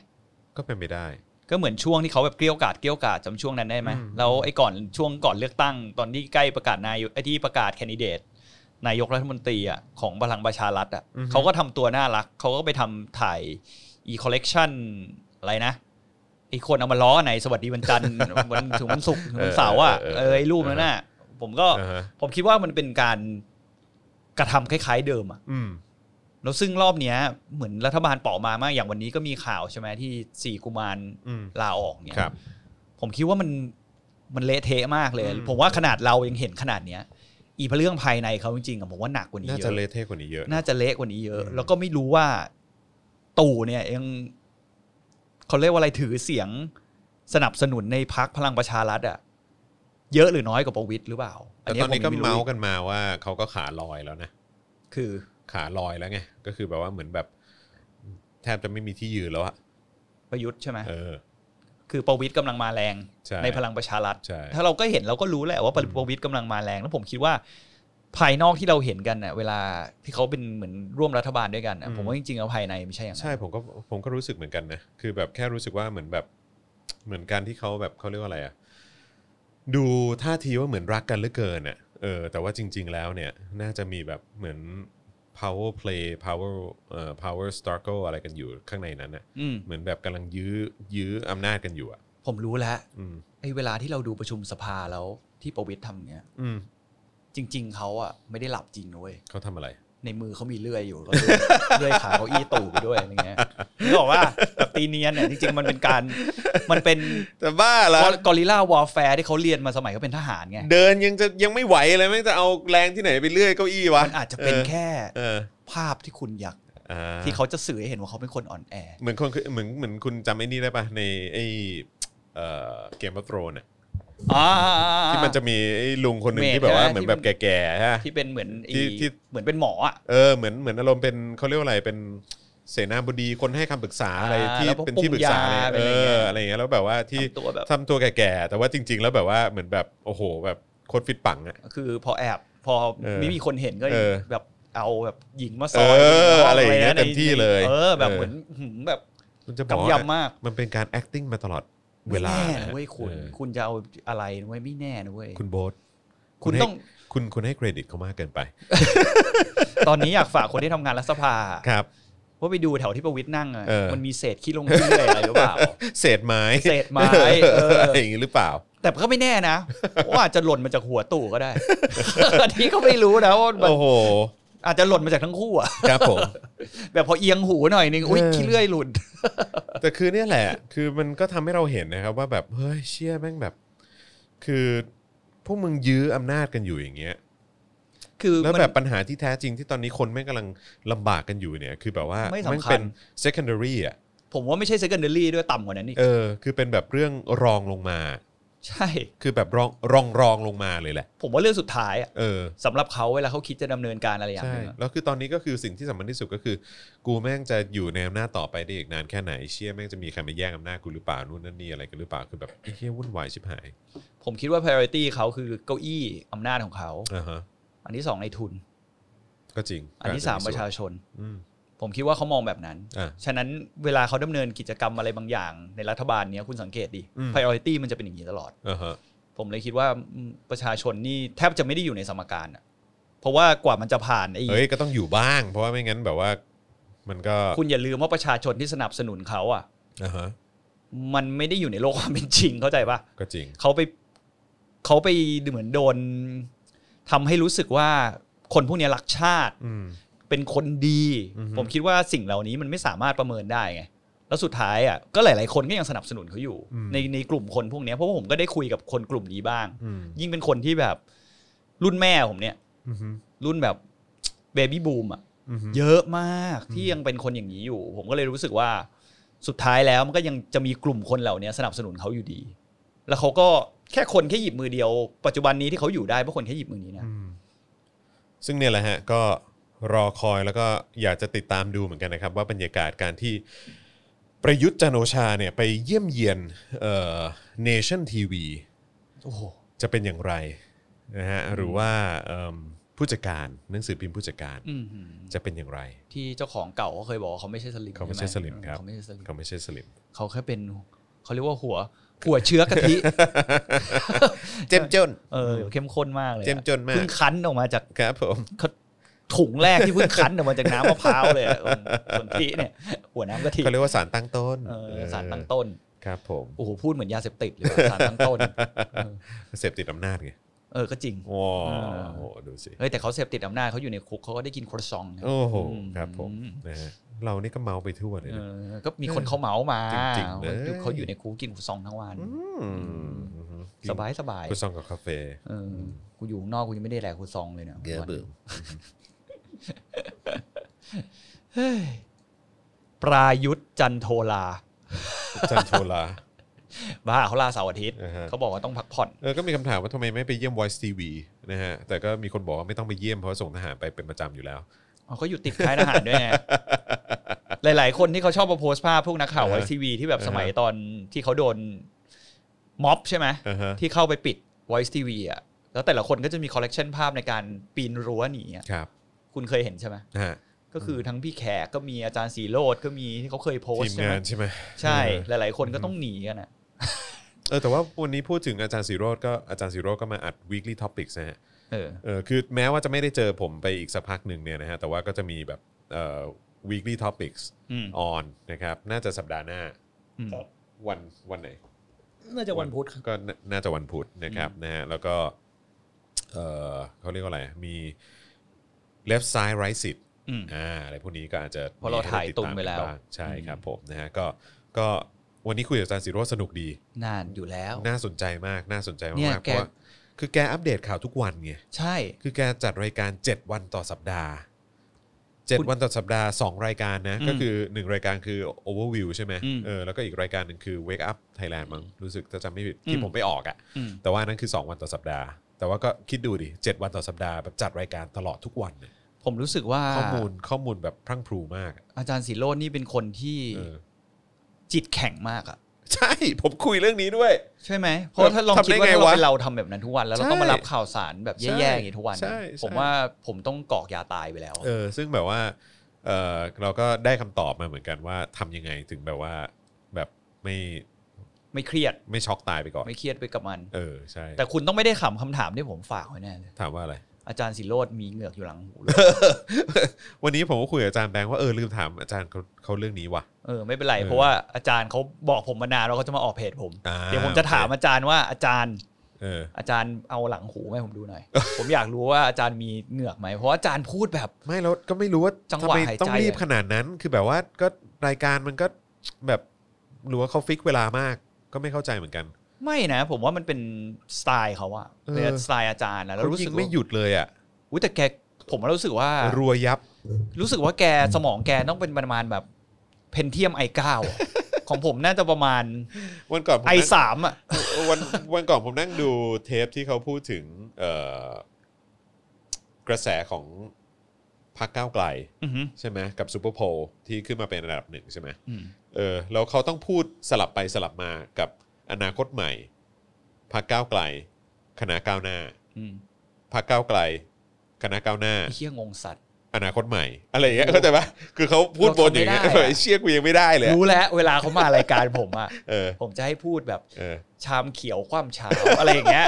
ก็เป็นไปได้
ก็เหมือนช่วงที่เขาแบบเกลี้ยวกราดเกลี้ยวกราดจำช่วงนั้นได้ไหม
อืม
แล้วไอ้ก่อนช่วงก่อนเลือกตั้ง ตอนที่ใกล้ประกาศนายกไอ้ที่ประกาศแคนดิเดต นายกรัฐมนตรีอ่ะของพลังประชารัฐอ่ะเขาก็ทำตัวน่ารัก เขาก็ไปทำถ่ายอีคอลเลกชันอะไรนะไอ้คนเอามาล้อไหนสวัสดีวันจันทร์ วันถึงวันศุกร์ถึงวันเสาร์อ่ะเออไอ้รูปนั้นน่ะ ผมก็
เออฮะ
ผมคิดว่ามันเป็นการกระทำคล้าย ๆ เดิมอ่ะ
อืม
แล้วซึ่งรอบเนี้ยเหมือนรัฐบาลเป่ามามากอย่างวันนี้ก็มีข่าวใช่ไหมที่สี่กุมาร
อืม
ลาออกเนี่ย
ครับ
ผมคิดว่ามันมันเละเทะมากเลย
อืม
ผมว่าขนาดเรายังเห็นขนาดเนี้ย อีเรื่องภายในเขาจริงๆอะผมว่าหนักกว่านี้
น่า
เย
จะ
อะ
เละเทะกว่านี้เยอะ
น่าจะเละกว่านี้เยอะ
อืม
แล้วก็ไม่รู้ว่าตู่เนี่ยยังเขาเรียกว่าอะไรถือเสียงสนับสนุนในพักพลังประชารัฐอะเยอะหรือน้อยกว่าประวิตยหรือเปล่า
แต่ตอนนี้
ย
ก็
ผยังไรู้
เมาส์กันมาว่าเขาก็ขาลอยแล้วนะ
คือ
ขาลอยแล้วไง ก็คือแบบว่าเหมือนแบบ แทบจะไม่มีที่ยืนแล้วอะ
ประยุทธ์ใช่ไหม
เออ
คือประวิตยกำลังมาแรง
ใช่
ในพลังประชารัฐ
ใช่
ถ้าเราก็เห็นเราก็รู้แหละว่าประวิตยกำลังมาแรง แล้วผมคิดว่าภายนอกที่เราเห็นกันน่ะเวลาที่เขาเป็นเหมือนร่วมรัฐบาลด้วยกันน่ะผมว่าจริงๆแล้วภายในไม่ใช่อย่างนั้
ใช่
น
ผมก็ผมก็รู้สึกเหมือนกันนะ คือแบบแค่รู้สึกว่าเหมือนแบบเหมือนการที่เขาแบบเขาเรียกว่าอะไรอะดูท่าทีว่าเหมือนรักกันเหลือเกินอะเออ แต่ว่าจริง ๆ แล้วเนี่ย น่าจะมีแบบเหมือน power play power เอ่อ power struggle อะไรกันอยู่ข้างในนั้นอะ
อืม
เหมือนแบบกำลังยื้อยื้ออำนาจกันอยู่อะ
ผมรู้แล้ว
อืม
ไอ้เวลาที่เราดูประชุมสภาแล้วที่ประวิตยทำเนี้ย
อืม
จริง ๆเขาอ่ะไม่ได้หลับจริงนะเว้ย
เขาทำอะไร
ในมือเขามีเลื่อยอยู่แล้วเลื่อย เลื่อยขาเขาอี้ตู่ไปด้วยอะไรเงี้ยนึกออกว่าแบบตีเนียนเนี่ยจริงๆมันเป็นการมันเป็น
แต่บ้าละ
กอริลลาวอลแฟร์ที่เขาเรียนมาสมัยเขาเป็นทหารไง
เดินยังจะยังไม่ไหวเลยแม่งจะเอาแรงที่ไหนไปเลื่อยเก้าอี้วะ
มันอาจจะเป็นแค่
เออ
ภาพที่คุณอยาก
อ่า
ที่เขาจะสื่อให้เห็นว่าเขาเป็นคนอ่อนแอ
เหมือนคนเคยเหมือนเหมือนคุณจำไอ้นี่ได้ปะในไอ้เอ่อเกมวัตโตรนอ่ะที่มันจะมีไอ้ลุงคนหนึ่ง
เมจ
ที่แบบว่า
ใช่ไหม
เหมือนแบบแก่ๆฮะ
ที่เป็นเหมือนไอ้
ที่ที่
เหมือนเป็นหมออ่ะ
เออเหมือนเหมือนอารมณ์เป็นเขาเรียกว่าอะไรเป็นเสนาบดีคนให้คำปรึกษาอะไร
อ่า
ที่
แล้วพวก
เป็นที่ปรึกษา
ปรุงยา
เอ
เป็นอะไรเงี้
อย อะไรอย่างเงี้ยแล้วแบบว่าที่
ทำตัวแบบ
ทำตัวแก่ๆแต่ว่าจริง ๆ แล้วแบบว่าเหมือนแบบโอ้โหแบบโคตรฟิตปังอ่ะ
คือพอแอบพอ
เออ
ไม่มีคนเห็นก็
เออ
แบบเอาแบบหญิงมาซ
เอ
อยป็
อ
นน้
อะไรอย่างเงี้ย
ะ
เต็มที่เลย
เออแบบ
เออ
เหมือนหืมแบบ
มันจะบอก
กำ
ว่าย
ำมาก
มันเป็นการ acting มาตลอดเวลา
ไม่แน่
นะ
นะเว้ยคุณ
เออ
คุณจะเอาอะไรนะเว้ยไม่แน่นะเว้ย
คุณโบ๊ท
คุณ
ให้
ต้อง
คุณคุณให้เครดิตเขามากเกินไป
ตอนนี้อยากฝากคนที่ทำงานรัฐสภา
ครับ
ว่าไปดูแถวที่ประวิตยนั่งอะ
เออ
มันมีเศษขี้ลงขี้เลยอะไรหรือเปล่า
เศษไม้
เศษไม้เอออ
ไรอย่างงี้หรือเปล่า
แต่ก็ไม่แน่นะ ว่าอาจจะหล่นมาจากหัวตู่ก็ได้ อันนี้ก็ไม่รู้นะว่ามัน
โอ้โห
อาจจะหล่นมาจากทั้งคู่อะ
ครับผม
แบบพอเอียงหูหน่อยนึงอุ้ย
เออ
ขี้เลื่อยหลุด
แต่คือเนี่ยแหละ คือมันก็ทำให้เราเห็นนะครับว่าแบบเฮ้ยเชี่ยแม่งแบบ คือพวกมึงยื้ออำนาจกันอยู่อย่างเงี้ย
คือ
แล้ว
มัน
แบบปัญหาที่แท้จริงที่ตอนนี้คนแม่งกำลังลำบากกันอยู่เนี่ย คือแบบว่า
ไม่สำคัญ
แงเป็น secondary อ่ะ
ผมว่าไม่ใช่ secondary ด้วยต่ำกว่านั้นอีก
เออ คือเป็นแบบเรื่องรองลงมา
ใช่
คือแบบรองรองรองลงมาเลยแหละ
ผมว่าเรื่องสุดท้ายอะ
เออ
สำหรับเขาเวลาเขาคิดจะดำเนินการอะไรอย่าง
ใช่
หนึงอะ
แล้วคือตอนนี้ก็คือสิ่งที่สำคัญที่สุดก็คือ กูแม่งจะอยู่ในอำนาจต่อไปได้อีกนานแค่ไหนเชี่ยแม่งจะมีใครมาแย่งอำนาจกูหรือเปล่านู่นนั่นนี่อะไรกันหรือเปล่าคือแบบไอ้เฮียวุ่นวายชิบหาย
ผมคิดว่า priority เขาคือเก้าอี้อำนาจของเขา
อ่าฮะ
อันที่สองในทุน
ก็จริง
อันที่สามประชาชน
อืม
ผมคิดว่าเขามองแบบนั้น
อ่า
ฉะนั้นเวลาเขาดำเนินกิจกรรมอะไรบางอย่างในรัฐบาลเนี้ยคุณสังเกตดิ
อืม
พ r i o r i t y มันจะเป็นอย่างนี้ตลอด
อ่าฮะ
ผมเลยคิดว่าอืมประชาชนนี่แทบจะไม่ได้อยู่ในสมการอะเพราะว่ากว่ามันจะผ่านไอ้
เฮ้ยก็ต้องอยู่บ้าง เพราะว่าไม่งั้นแบบว่ามันก็
คุณอย่าลืมว่าประชาชนที่สนับสนุนเขาอ่ะ
อ่าฮะ
มันไม่ได้อยู่ในโลกความเป็นจริงเข้าใจปะ
ก็จริง
เขาไปเขาไปเหมือนโดนทำให้รู้สึกว่าคนพวกเนี้ยรักชาติ
อืม
เป็นคนดี
อือฮึ
ผมคิดว่าสิ่งเหล่านี้มันไม่สามารถประเมินได้ไงแล้วสุดท้ายอ่ะก็หลาย ๆ คนก็ยังสนับสนุนเขาอยู่ ในในกลุ่มคนพวกเนี้ยเพราะว่าผมก็ได้คุยกับคนกลุ่มนี้บ้าง
อืม
ยิ่งเป็นคนที่แบบรุ่นแม่ผมเนี่ย
อืม
รุ่นแบบเบบี้บูมอ่ะ
อืม
เยอะมากที่ยังเป็นคนอย่างนี้อยู่ ผมก็เลยรู้สึกว่าสุดท้ายแล้วมันก็ยังจะมีกลุ่มคนเหล่านี้สนับสนุนเขาอยู่ดี แล้วเขาก็แค่คนแค่หยิบมือเดียว ปัจจุบันนี้ที่เขาอยู่ได้เพราะคนแค่หยิบมือนี้นะ
อืมซึ่งเนี่ยแหละฮะก็รอคอยแล้วก็อยากจะติดตามดูเหมือนกันนะครับ ว่าบรรยากาศการที่ประยุทธ์จันทร์โอชาเนี่ยไปเยี่ยมเยียนเอ่อ Nation TV
โอ้โห
จะเป็นอย่างไรนะฮะหรือว่าเอิ่มผู้จัดการหนังสือพิมพ์ผู้จัดการ
อื้อหือ
จะเป็นอย่างไร
ที่เจ้าของเก่าเขาเคยบอกว่าเขาไม่ใช่สลิม
เขาไม่ใช่สลิมครับ
เขาไม่ใช่สลิม
เขาไม่ใช่สลิม
เขาแค่เป็นเขาเรียกว่าหัว หัวเชื้อกะทิ
เจ้มจน
เออเข้มข้นมากเลยอะ
เจ้มจนมาก
เพิ่งคั้นออกมาจาก
ครับผม
ถุงแรกที่เพิ่งคั้นออกมาจากน้ำมะพร้าวเลยอะส่วนที่เนี่ย หัวน้ำกะทิ
เขาเรียกว่าสารตั้งต้น
เออสารตั้งต้น
ครับผม
โอ้โหพูดเหมือนยาเสพติดเลย ว่ะสารตั้งต้น เออ
เสพติดอำนาจไง
เออก็จริง
โอ้
อ่า
โหดูสิ
เฮ้ยแต่เขาเสพติดอำนาจเขาอยู่ในคุกเขาก็ได้กินครัวซองนะ
โอ้โห
อื
ครับผมนะฮะเรานี่ก็เมาไปทั่วเลย
เอ
น
อ
ะ
ก็มีคนเขาเมาส์มา
จริงๆเลย
เขาอยู่ในคุกกินครัวซองทั้งวัน
ม
สบายสบาย
กูซองกับคาเฟ่
เออกูอยู่ข้างนอกกูยังไม่ได้แหลกครัวซองเลยเนี่ยวันนี้เฮ้ยปรายุทธ์จันโทลา
จันโท ลา
บ้าเขาลาเสาร์อาทิตย์
อ่าฮะ
เขาบอกว่าต้องพักผ่อน
เออก็มีคำถามว่าทำไมไม่ไปเยี่ยม Voice TV นะฮะ แต่ก็มีคนบอกว่าไม่ต้องไปเยี่ยมเพราะส่งทหารไปเป็นประจำอยู่แล้ว
อ๋อเขาอยู่ติดค่ายทหารด้วย ไง หลาย ๆ คนที่เขาชอบมาโพสต์ภาพพวกนักข่าวไอ
อ่าฮะ
ทีวีที่แบบสมัย
อ่าฮะ
ตอนที่เขาโดนม็อบใช่ไหม
อ่าฮะ
ที่เข้าไปปิดไวซ์ทีวีอ่ะ แล้วแต่ละคนก็จะมีคอลเลกชันภาพในการปีนรั้วหนีอะ
ครับ
คุณเคยเห็นใช่ไหม
นะฮะ
ก็คือทั้งพี่แขกก็มีอาจารย์สีโรดก็มีที่เขาเคยโพส
ที
ต์
ม
ใช่ไหม
งานใช่ไหม
ใช่
เออ
หลาย ๆ คนก็ต้องหนีกันอ่ะ
เออแต่ว่าวันนี้พูดถึงอาจารย์สีโรดก็อาจารย์สีโรดก็มาอัด weekly topics นะฮะ
เออ
เออคือแม้ว่าจะไม่ได้เจอผมไปอีกสักพักหนึ่งเนี่ยนะฮะแต่ว่าก็จะมีแบบเอ่อ weekly topics
อืม
on นะครับ น่าจะสัปดาห์หน้า
อืม
วันวันไหน
น่าจะวันพุธครับ
ก็น่าน่าจะวันพุธนะครับนะฮะแล้วก็เออเขาเรียกว่าอะไรมี left side right sit
อืม
อ่าอะไรพวกนี้ก็อาจจะ
เพราะเราถ่ายตุนไปแล้ว
มีให้ด้ดามกันบ้างใช่ครับผมนะฮะก็ก็วันนี้คุยกับอาจารย์สิโรจน์สนุกดี
นานอยู่แล้ว
น่าสนใจมากน่าสนใจมาก
เนี่
ๆ
ย
เพราะว่า
แก
คือแกอัปเดตข่าวทุกวันไง
ใช่
คือแกจัดรายการ 7 วันต่อสัปดาห์ 7 วันต่อสัปดาห์ 2 รายการนะ
อืม
ก็คือ 1 รายการคือ Overview ใช่ไหม
อืม
เออแล้วก็อีกรายการหนึ่งคือ Wake Up Thailand มั้งรู้สึกถ้าจำไม่ผิดที่
อืม
ผมไปออกอะ่ะ
อืม
แต่ว่าอันนั้นคือ 2 วันต่อสัปดาห์ แต่ว่าก็คิดดูดิ 7 วันต่อสัปดาห์แบบจัดรายการตลอดทุกวันเนี่ย
ผมรู้สึกว่า
ข้อมูลข้อมูลแบบพรั่งพรูมากอะ
อาจารย์สีโรดนี่เป็นคนที่
เออ
จิตแข็งมากอ่ะ
ใช่ ผมคุยเรื่องนี้ด้วย
ใช่ไหม เพราะถ้าลองคิดว่า
ทำได้ไง
ถ้าเรา
วะ
เป็นเราทำแบบนั้นทุกวันแล้วเรา
ใช่
ต้องมารับข่าวสารแบบแย่ๆอย่างนี้ทุกวัน
ใช่
นะ
ใช่
ผมว่าผมต้องกรอกยาตายไปแล้ว
เออซึ่งแบบว่าเออเราก็ได้คำตอบมาเหมือนกันว่าทำยังไงถึงแบบว่าแบบไม่
ไม่เครียด
ไม่ช็อกตายไปก่อน
ไม่เครียดไปกับมัน
เออใช่
แต่คุณต้องไม่ได้ขำคำถามที่ผมฝากไว้แน่เลย
ถามว่าอะไร
อาจารย์สิโรดมีเหงือกอยู่หลังหู เลย
วันนี้ผมก็คุยกับอาจารย์แบงค์ว่าเออลืมถามอาจารย์เขาเขาเรื่องนี้ว่ะ
เออไม่เป็นไร
เออ
เพราะว่าอาจารย์เขาบอกผมมานานแล้วเขาจะมาออกเพจผม
อ่า
เดี๋ยวผมจะถามอาจารย์ว่าอาจารย์
เออ
อาจารย์เอาหลังหูไหมาให้ผมดู หน่อย ผมอยากรู้ว่าอาจารย์มีเหงือกไหมเพราะอาจารย์พูดแบบ
ไม่แล้วก็ไม่รู้ว่า
จังห
ทำ
วะ
ไม
หายใจ
ต้องรีบ
อะ
ขนาดนั้น คือแบบว่าก็รายการมันก็แบบหรือว่าเขาฟิกเวลามากก็ไม่เข้าใจเหมือนกัน
ไม่นะ ผมว่ามันเป็นสไตล์เขาอะเป็น
เออ
สไตล์อาจารย์นะแล้ว
เขา
รู้
ยิ
สึ
ง
ก
ไม่
ว่า
หยุดเลยอ่ะ
อุ้ยแต่แกผมรู้สึกว่า
รัวยับ
รู้สึกว่าแกสมองแกต้องเป็นประมาณแบบเพนเทียมไอเก้า ของผมน่าจะประมาณ
วันก่อนผม
ไอ
นั่ง
สามอ่ะ
วันวันก่อนผมนั่งดูเทปที่เขาพูดถึงเอ่อกระแสของพรรคก้าวไกล
อือหือ
ใช่ไหมกับซูเปอร์โพลที่ขึ้นมาเป็นอันดับหนึ่งใช่ไหม
อืม
เออแล้วเขาต้องพูดสลับไปสลับมากับอนาคตใหม่พรรคก้าวไกล คณะก้าวหน้า
อืม
พรรคก้าวไกล คณะก้าวหน้า
ไอ้เฮี้ยงงสัตว์
อนาคตใหม่ อะไรอย่างเงี้ยเข้าใจปะคือเขาพูดบนอย่างเงี้ย
เราทำไม่ได้อะ
เออเชี่ยกู ยังไม่ได้เลยอะ
รู้แล้ว เวลาเขามารายการผมอ่ะ
เออ
ผมจะให้พูดแบบ
เออ
ชามเขียวคว่ำเช้า อะไรอย่างเงี้ย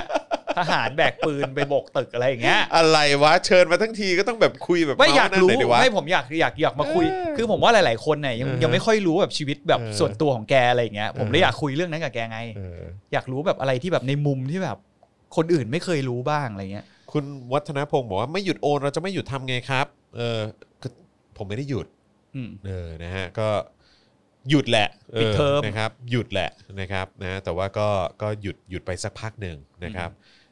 ทหารแบกปืนไปโบกตึกอะไรอย่างเงี้ย
อะไรวะเชิญมาทั้งทีก็ต้องแบบคุยแบบ
ไม่อยาก
เส์
รู้
หน่ดิวะ
ไม่ผมอยากอยากอยากมาคุย
เออ
คือผมว่าหลาย ๆ คนเนี่ยยัง
เออ
ยังไม่ค่อยรู้แบบชีวิตแบบ
เออ
ส่วนตัวของแกอะไรอย่างเงี้ยผมเล
เอย
อ
ออ
ยากคุยเรื่องนั้นกับแกไง
เออ
อยากรู้แบบอะไรที่แบบในมุมที่แบบ คนอื่นไม่เคยรู้บ้างอะไรเงี้ย
คุณวัฒนพงศ์บอกว่าไม่หยุดโอนเราจะไม่หยุดทำไงครับเออคือผมไม่ได้หยุด
อืม
เออนะฮะก็หยุดแหละ
ปิดเทอม
นะครับหยุดแหละนะครับนะแต่ว่าก็ก็หยุดหยุดไปสักพักหนึ่งนะครับ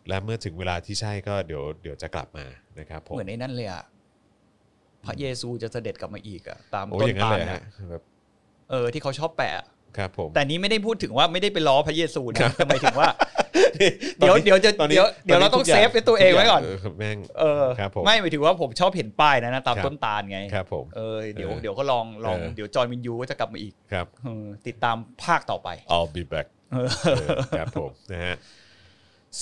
และเมื่อถึงเวลาที่ใช่ก็เดี๋ยวเดี๋ยวจะกลับมานะครับผม
เหมือนในนั้นเลยอ่ะพระเยซูจะเสด็จกลับมาอีกอ่ะตาม
โอ้
ต้
อน ย่างนั้น
ตา
เล
ล
ย
นะ
ฮะแบบ
เออที่เขาชอบแปะ
ครับผม
แต่นี้ไม่ได้พูดถึงว่าไม่ได้ไปล้อพระเยซู
ครั
นะ
บ
แต่หมายถึ งว่า
ตอน
เดี๋ยว
นี้
เดี๋ยวจะ
ตอนนี้
เดี๋ยวเดี๋ยวเราต้อง
ทุย่
เซฟในตัวเองไว้ก่อน
แม่ง
เออ
ครับผม
ไม่หมายถึงว่าผมชอบเห็นป้ายนะนะตาม
ครับ
ต้นตาลไง
ครับผม
เออเดี๋ยว
เออ
เดี๋ยวก็ลองลอง
เออ
เดี๋ยวจอห์นวินยูก็จะกลับมาอีก
ครับ
เออติดตามภาคต่อไป
I'll be back เออครับผมนะฮะ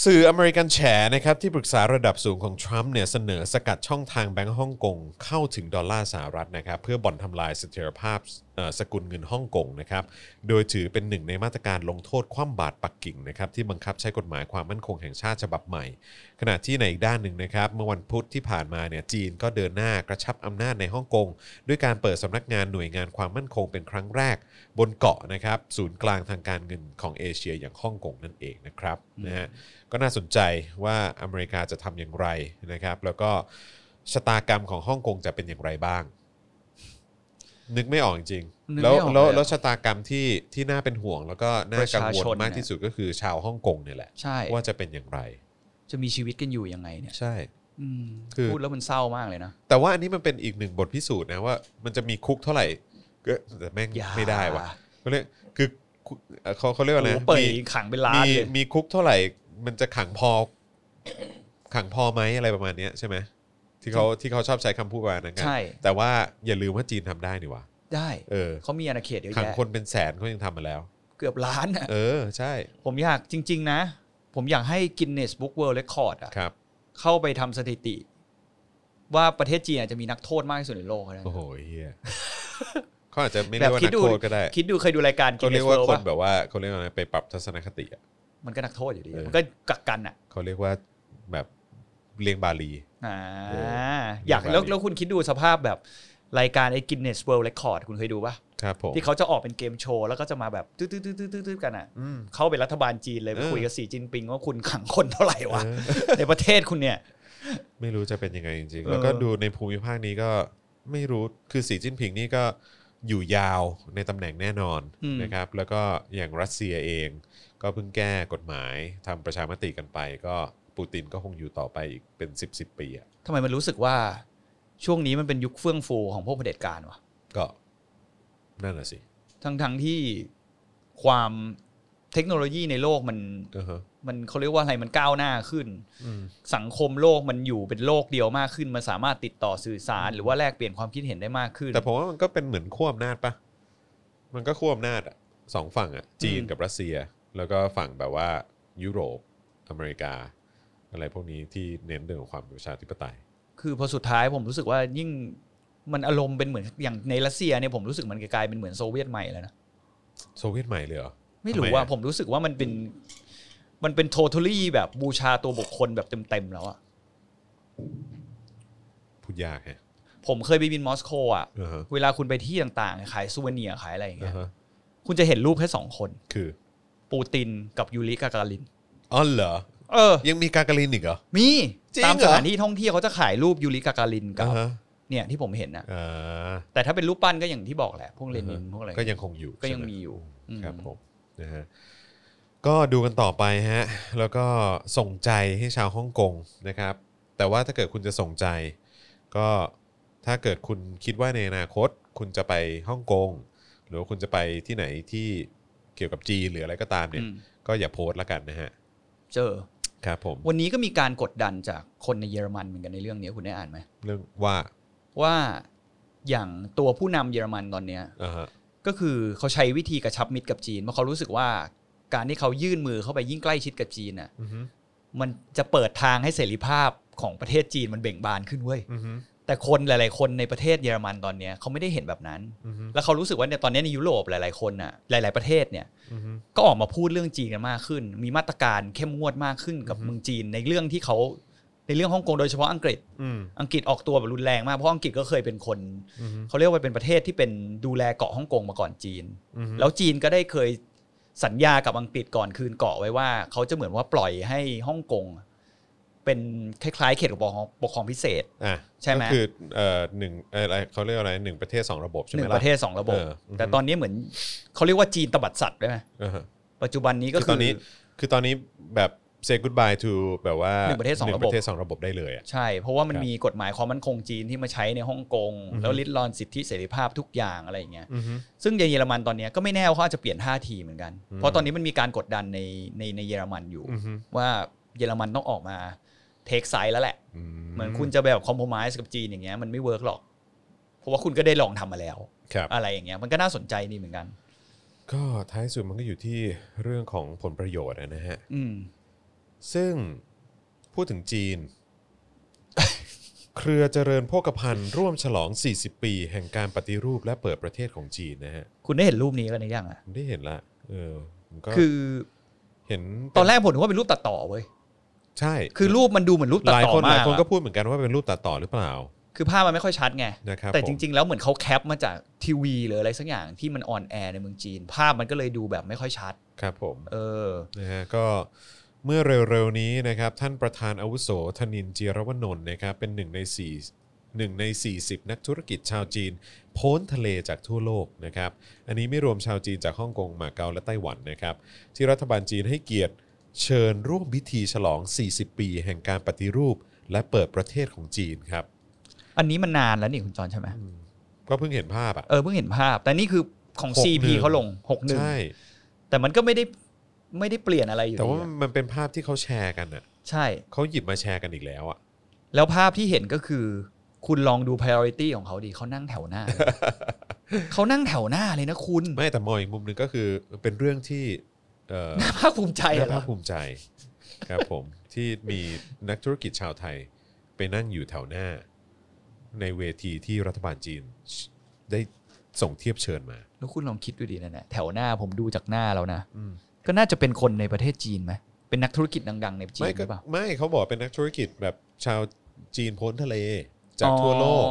สื่ออเมริกันแฉนะครับที่ปรึกษาระดับสูงของทรัมป์เนี่ยเสนอสกัดช่องทางแบงก์ฮ่องกงเข้าถึงดอลลาร์สหรัฐนะครับเพื่อบ่อนทำลายเสถียรภาพเอ่อสกุลเงินฮ่องกงนะครับโดยถือเป็นหนึ่งในมาตรการลงโทษคว่ำบาตรปักกิ่งนะครับที่บังคับใช้กฎหมายความมั่นคงแห่งชาติฉบับใหม่ ขณะที่ในอีกด้านหนึ่งนะครับเมื่อวันพุธที่ผ่านมาเนี่ยจีนก็เดินหน้ากระชับอำนาจในฮ่องกงด้วยการเปิดสำนักงานหน่วยงานความมั่นคงเป็นครั้งแรก บนเกาะนะครับศูนย์กลางทางการเงินของเอเชียอย่างฮ่องกงนั่นเองนะครับนะฮะก็น่าสนใจว่าอเมริกาจะทำอย่างไรนะครับ แล้วก็ชะตากรรมของฮ่องกงจะเป็นอย่างไรบ้าง นึกไม่ออกจริง
นึก
แล้ว
ไม่ออก
แล้ว
เลยอะ
แล้วชะตากรรมที่ที่น่าเป็นห่วง แล้วก็น่ากัง
ประ
ว
ชา
ล
ชน
มาก
เนี่ย
ที่สุดก็คือชาวฮ่องกงเนี่ยแหละ
ใช่
ว่าจะเป็นอย่างไร
จะมีชีวิตกันอยู่ยังไงเนี่ย
ใช่
อืม
คือ
พูดแล้วมันเศร้ามากเลยนะ
แต่ว่าอันนี้มันเป็นอีกหนึ่งบทพิสูจน์นะว่ามันจะมีคุกเท่าไหร่ก็แต่แม่ง
อย่า
ไม่ได้วะเขาเรียกคือคุกเอ่อเขาเขาเรียกว่าอะไร
โอ้โหเปิด
มี
ขังเป็นล้าน
มี
เลย
มีคุกเท่าไหร่ มันจะขังพอ ขังพอไหมอะไรประมาณเนี้ยใช่ไหมที่เขาที่เขาชอบใช้คำพูดประมาณนั้นกัน
ใช่
แต่ว่าอย่าลืมว่าจีนทำได้นี่หว่า
ได้
เออ
เขามีอาณาเขตเยอะ
ขัง
แยะ
คนเป็นแสนเขายังทำมาแล้ว
เกือบล้านอ่ะ
เออใช่
ผมอยากจริง ๆ นะ ผมอยากให้กินเนสบุ๊กเวิลด์เรคคอร์ดอ่ะ
ครับ
เข้าไปทำสถิติ ว่าประเทศจีนอาจจะมีนักโทษมากที่สุดในโลกก็ได้
โอ้โหเฮียเขาอาจจะไม่
แบ
เรีย
บ
กว่า
คิ
นั
ด
ก
ดู
โทษก็ได้
คิดดูเคยดูรายการกิ
เขา
นเน
เรีย
ส
ก
เวิลด์
ว่าคน
ปะ
แบบว่าเขาเรียกว่าอะไรไปปรับทัศนคติอะ
มันก็นักโทษอยู่ดี
เออ
มันก็กักกันอ่ะ
เขาเรียกว่าแบบเลียงบาลี
อ่า
เอ
อยาก
แบบ
แล้ว
นี้
แล้วคุณคิดดูสภาพแบบรายการไอ้ Guinness World Record คุณเคยดูปะ
ครับผม
ที่เขาจะออกเป็นเกมโชว์ แล้วก็จะมาแบบตืดๆๆๆๆกันอ่ะ
อืม
เข้าเป็นรัฐบาลจีนเลยไป
เออ
คุยกับสีจิ้นปิงว่าคุณขังคนเท่าไหร่วะ
เออ
ในประเทศคุณเนี่ย
ไม่รู้จะเป็นยังไงจริง
เออ
ๆแล้วก็ดูในภูมิภาคนี้ก็ไม่รู้ คือสีจิ้นผิงนี่ก็อยู่ยาวในตำแหน่งแน่นอนนะครับ แล้วก็อย่างรัสเซียเอง ก็เพิ่งแก้กฎหมายทำประชามติกันไป ก็ปูตินก็คงอยู่ต่อไปอีกเป็น 10บสปีอ่ะ
ทำไมมันรู้สึกว่าช่วงนี้มันเป็นยุคเฟื่องฟูของพวกเผด็จการวะ
ก็นั่นแหะสิ
ทั้งทั้งๆที่ความเทคโนโลยีในโลกมัน
อือฮะ
มันเขาเรียกว่าอะไรมันก้าวหน้าขึ้น
อืม
สังคมโลกมันอยู่เป็นโลกเดียวมากขึ้น มันสามารถติดต่อสื่อสาร หรือว่าแลกเปลี่ยนความคิดเห็นได้มากขึ้น
แต่ผมว่ามันก็เป็นเหมือนขั้วอำนาจปะมันก็ขั้วอำนาจอะสองฝั่งอ่ะ จีนกับรัสเซีย แล้วก็ฝั่งแบบว่ายุโรปอเมริกา อะไรพวกนี้ที่เน้นเรื่องของความเป็นประชาธิปไตย
คือพอสุดท้ายผมรู้สึกว่ายิ่งมันอารมณ์เป็นเหมือนอย่างในรัสเซียเนี่ยผมรู้สึกมันกลายเป็นเหมือนโซเวียตใหม่แล้วนะ
โซเวียตใหม่เลยเหรอ
ไม่รู้
ทำไม
ว่า
อะ
ผมรู้สึกว่ามันเป็นมันเป็นโททอลี่แบบบูชาตัวบุคคลแบบเต็มๆแล้วอะ
พูดยากแฮะ
ผมเคยไปบินมอสโกอะ
อ่าฮะ
เวลาคุณไปที่ต่างๆ ขายซูเวเนียร์ขายอะไรอย่างเงี้
อ่าย ฮะ
คุณจะเห็นรูปแค่สองคน
คือ
ปูตินกับยูริกาการิน
อ๋อเหรอ
เออ
ยังมีการกลินอีกเหรอ
มี
จริง
ตาม
เหรอ
สถานที่ท่องเที่ยวเขาจะขายรูปยูริกาการินกับ
อ่าฮะ
เนี่ยที่ผมเห็นนะ
อ่า
แต่ถ้าเป็นรูปปั้นก็อย่างที่บอกแหละพวกเลนินพวกอะไร
ก็ยังคงอยู่
ก็ยัง
ใช่ไห
มีอยู่อืม
ครับผมนะฮะก็ดูกันต่อไปฮะ แล้วก็ส่งใจให้ชาวฮ่องกงนะครับ แต่ว่าถ้าเกิดคุณจะส่งใจ ก็ถ้าเกิดคุณคิดว่าในอนาคต คุณจะไปฮ่องกงหรือว่าคุณจะไปที่ไหนที่เกี่ยวกับจีนหรืออะไรก็ตามเนี่ย
อืม
ก็อย่าโพสต์ละกันนะฮะ
เจอ
ครับผม
วันนี้ก็มีการกดดันจากคนในเยอรมันเหมือนกันในเรื่องนี้คุณได้อ่านไหม
เรื่องว่า
ว่าอย่างตัวผู้นำเยอรมันตอนเนี้ย
อ่าฮะ
ก็คือเขาใช้วิธีกระชับมิตรกับจีนเพราะเขารู้สึกว่าการที่เขายื่นมือเข้าไปยิ่งใกล้ชิดกับจีนน่ะ
อือฮึ
มันจะเปิดทางให้เสรีภาพของประเทศจีนมันเบ่งบานขึ้นเว้ย
อือฮึ
แต่คนหลาย ๆ คนในประเทศเยอรมันตอนเนี้ยเขาไม่ได้เห็นแบบนั้น
อือฮึ
แล้วเขารู้สึกว่าเนี่ยตอนเนี้ยในยุโรปหลาย ๆ คนน่ะหลาย ๆ ประเทศเนี่ย
อือฮึ
ก็ออกมาพูดเรื่องจีนกันมากขึ้น มีมาตรการเข้มงวดมากขึ้นกับ
อือฮึ
เมืองจีนในเรื่องที่เขาในเรื่องฮ่องกงโดยเฉพาะอังกฤษ
อืม
อังกฤษออกตัวแบบรุนแรงมากเพราะอังกฤษก็เคยเป็นคน
อือฮึ
เขาเรียกว่าเป็นประเทศที่เป็นดูแลเกาะฮ่องกงมาก่อนจีน
อือฮึ
แล้วจีนก็ได้เคยสัญญากับอังกฤษก่อนคืนเกาะไว้ว่า เขาจะเหมือนว่าปล่อยให้ฮ่องกงเป็นคล้ายๆ เขตปกครองปกครองพิเศษ
อ่ะ
ใช่ไหม
ก็คือเอ่อหนึ่งเอ่ออะไรเขาเรียกว่าอะไรหนึ่งประเทศสองระบบใช่
ห
ไหม
นึ่ง
ล่ะ
ประเทศสองระบบ
เอออือฮึ
แต่ตอนนี้เหมือนเขาเรียกว่าจีนตบัดสัตว์ได้ไหม
อ่าฮะ
ปัจจุบันนี้ก็คื
คือต
อ
อนนี้คือตอนนี้แบบ say goodbye to แบบว่า
หนึ่งประเทศสอง
หนึ่
ระบบ
ประเทศสองระบบได้เลยอ่ะ
ใช่ เพราะว่ามัน
ครับ
มีกฎหมายความมั่นคงจีนที่มาใช้ในฮ่องกง
อือฮึ
แล้วลิดรอนสิทธิเสรีภาพทุกอย่างอะไรอย่างเงี้ย
อือฮึ
ซึ่งเยอรมันตอนเนี้ยก็ไม่แน่ว่าเขาอาจจะเปลี่ยนท่าทีเหมือนกัน
อืม
เพราะตอนนี้มันมีการกดดันในในในเยอรมันอยู่
อือฮึ
ว่าเยอรมันต้องออกมาเทคไซด์แล้วแหละ
อื
เหมือนคุณจะแบบคอมโพมไ s ์กับจีนอย่างเงี้ยมันไม่เวิร์กหรอก เพราะว่าคุณก็ได้ลองทำมาแล้ว
ครับ
อะไรอย่างเงี้ยมันก็น่าสนใจดีเหมือนกัน
ก็ท้ายสุดมันก็อยู่ที่เรื่องของผลประโยชน์อะนะฮะ
อืม
ซึ่งพูดถึงจีน เครือเจริญโภคภัณฑ์ร่วมฉลอง 40 ปี แห่งการปฏิรูปและเปิดประเทศของจีนนะฮะ
คุณได้เห็นรูปนี้กันหรือยังอ่ะ
ผมได้เห็นละเออผมก็
คือ
เห็น
ตอนแรกผมนึกว่าเป็นรูปตัดต่อเว้ย
ใช่
คือรูปมันดูเหมือนรูปตั
ห
ด
ลาย
ต่อ
คนห
มา
ลาย
ก
คนก็
อะ
พูดเหมือนกันว่าเป็นรูปตัดต่อหรือเปล่า
คือภาพมันไม่ค่อยชัดไง
นะครับ
แต่
ผม
จริง ๆ แล้วเหมือนเขาแคปมาจากทีวีหรืออะไรสักอย่างที่มันออนแอร์ในเมืองจีน ภาพมันก็เลยดูแบบไม่ค่อยชัด
ครับผม
เออ
นะฮะก็เมื่อเร็วๆนี้นะครับท่านประธานอาวุโสธนินเจียรวนนท์นะครับเป็นหนึ่งในสี่หนึ่งใน 40 นักธุรกิจชาวจีน พ้นทะเลจากทั่วโลกนะครับอันนี้ไม่รวมชาวจีนจากฮ่องกงมาเก๊าและไต้หวันนะครับที่รัฐบาลจีนให้เกียรติเชิญร่วมพิธีฉลอง 40 ปี แห่งการปฏิรูป และเปิดประเทศของจีนครับ
อันนี้มันนานแล้วนี่คุณจอนใช่ไหม
อืมก็เพิ่งเห็นภาพอ่ะ
เออเพิ่งเห็นภาพ แต่นี่คือของ
หกหนึ่ง
CP เขาลงหกหนึ่ง
ใช่
แต่มันก็ไม่ได้ไม่ได้เปลี่ยนอะไรอยู่
แต่ว่า
ดีอะ
มันเป็นภาพที่เขาแชร์กันอ่ะ
ใช่
เขาหยิบมาแชร์กันอีกแล้วอ่ะ
แล้วภาพที่เห็นก็คือ คุณลองดู priority ของเขาดีเขานั่งแถวหน้า เขานั่งแถวหน้าเลยนะคุณ
ไม่แต่มองอีกมุมหนึงก็คือเป็นเรื่องที่เอ่อ
น่าภาคภูมิใจ
น่า
เหร
ภา
อ
คภูมิใจครับผม ที่มีนักธุรกิจชาวไทยไปนั่งอยู่แถวหน้า ในเวทีที่รัฐบาลจีน ได้ส่งเทียบเชิญมา
แล้วคุณลองคิดดูดีนะเนี่ยแถวหน้าผมดูจากหน้าแล้วนะ
อืม
ก็น่าจะเป็นคนในประเทศจีนไหมเป็นนักธุรกิจดังๆในจีน
ไม่
ห
ก็
รือเปล่า
ไม่เขาบอกเป็นนักธุรกิจแบบชาวจีนพ้นทะเล จากทั่วโลก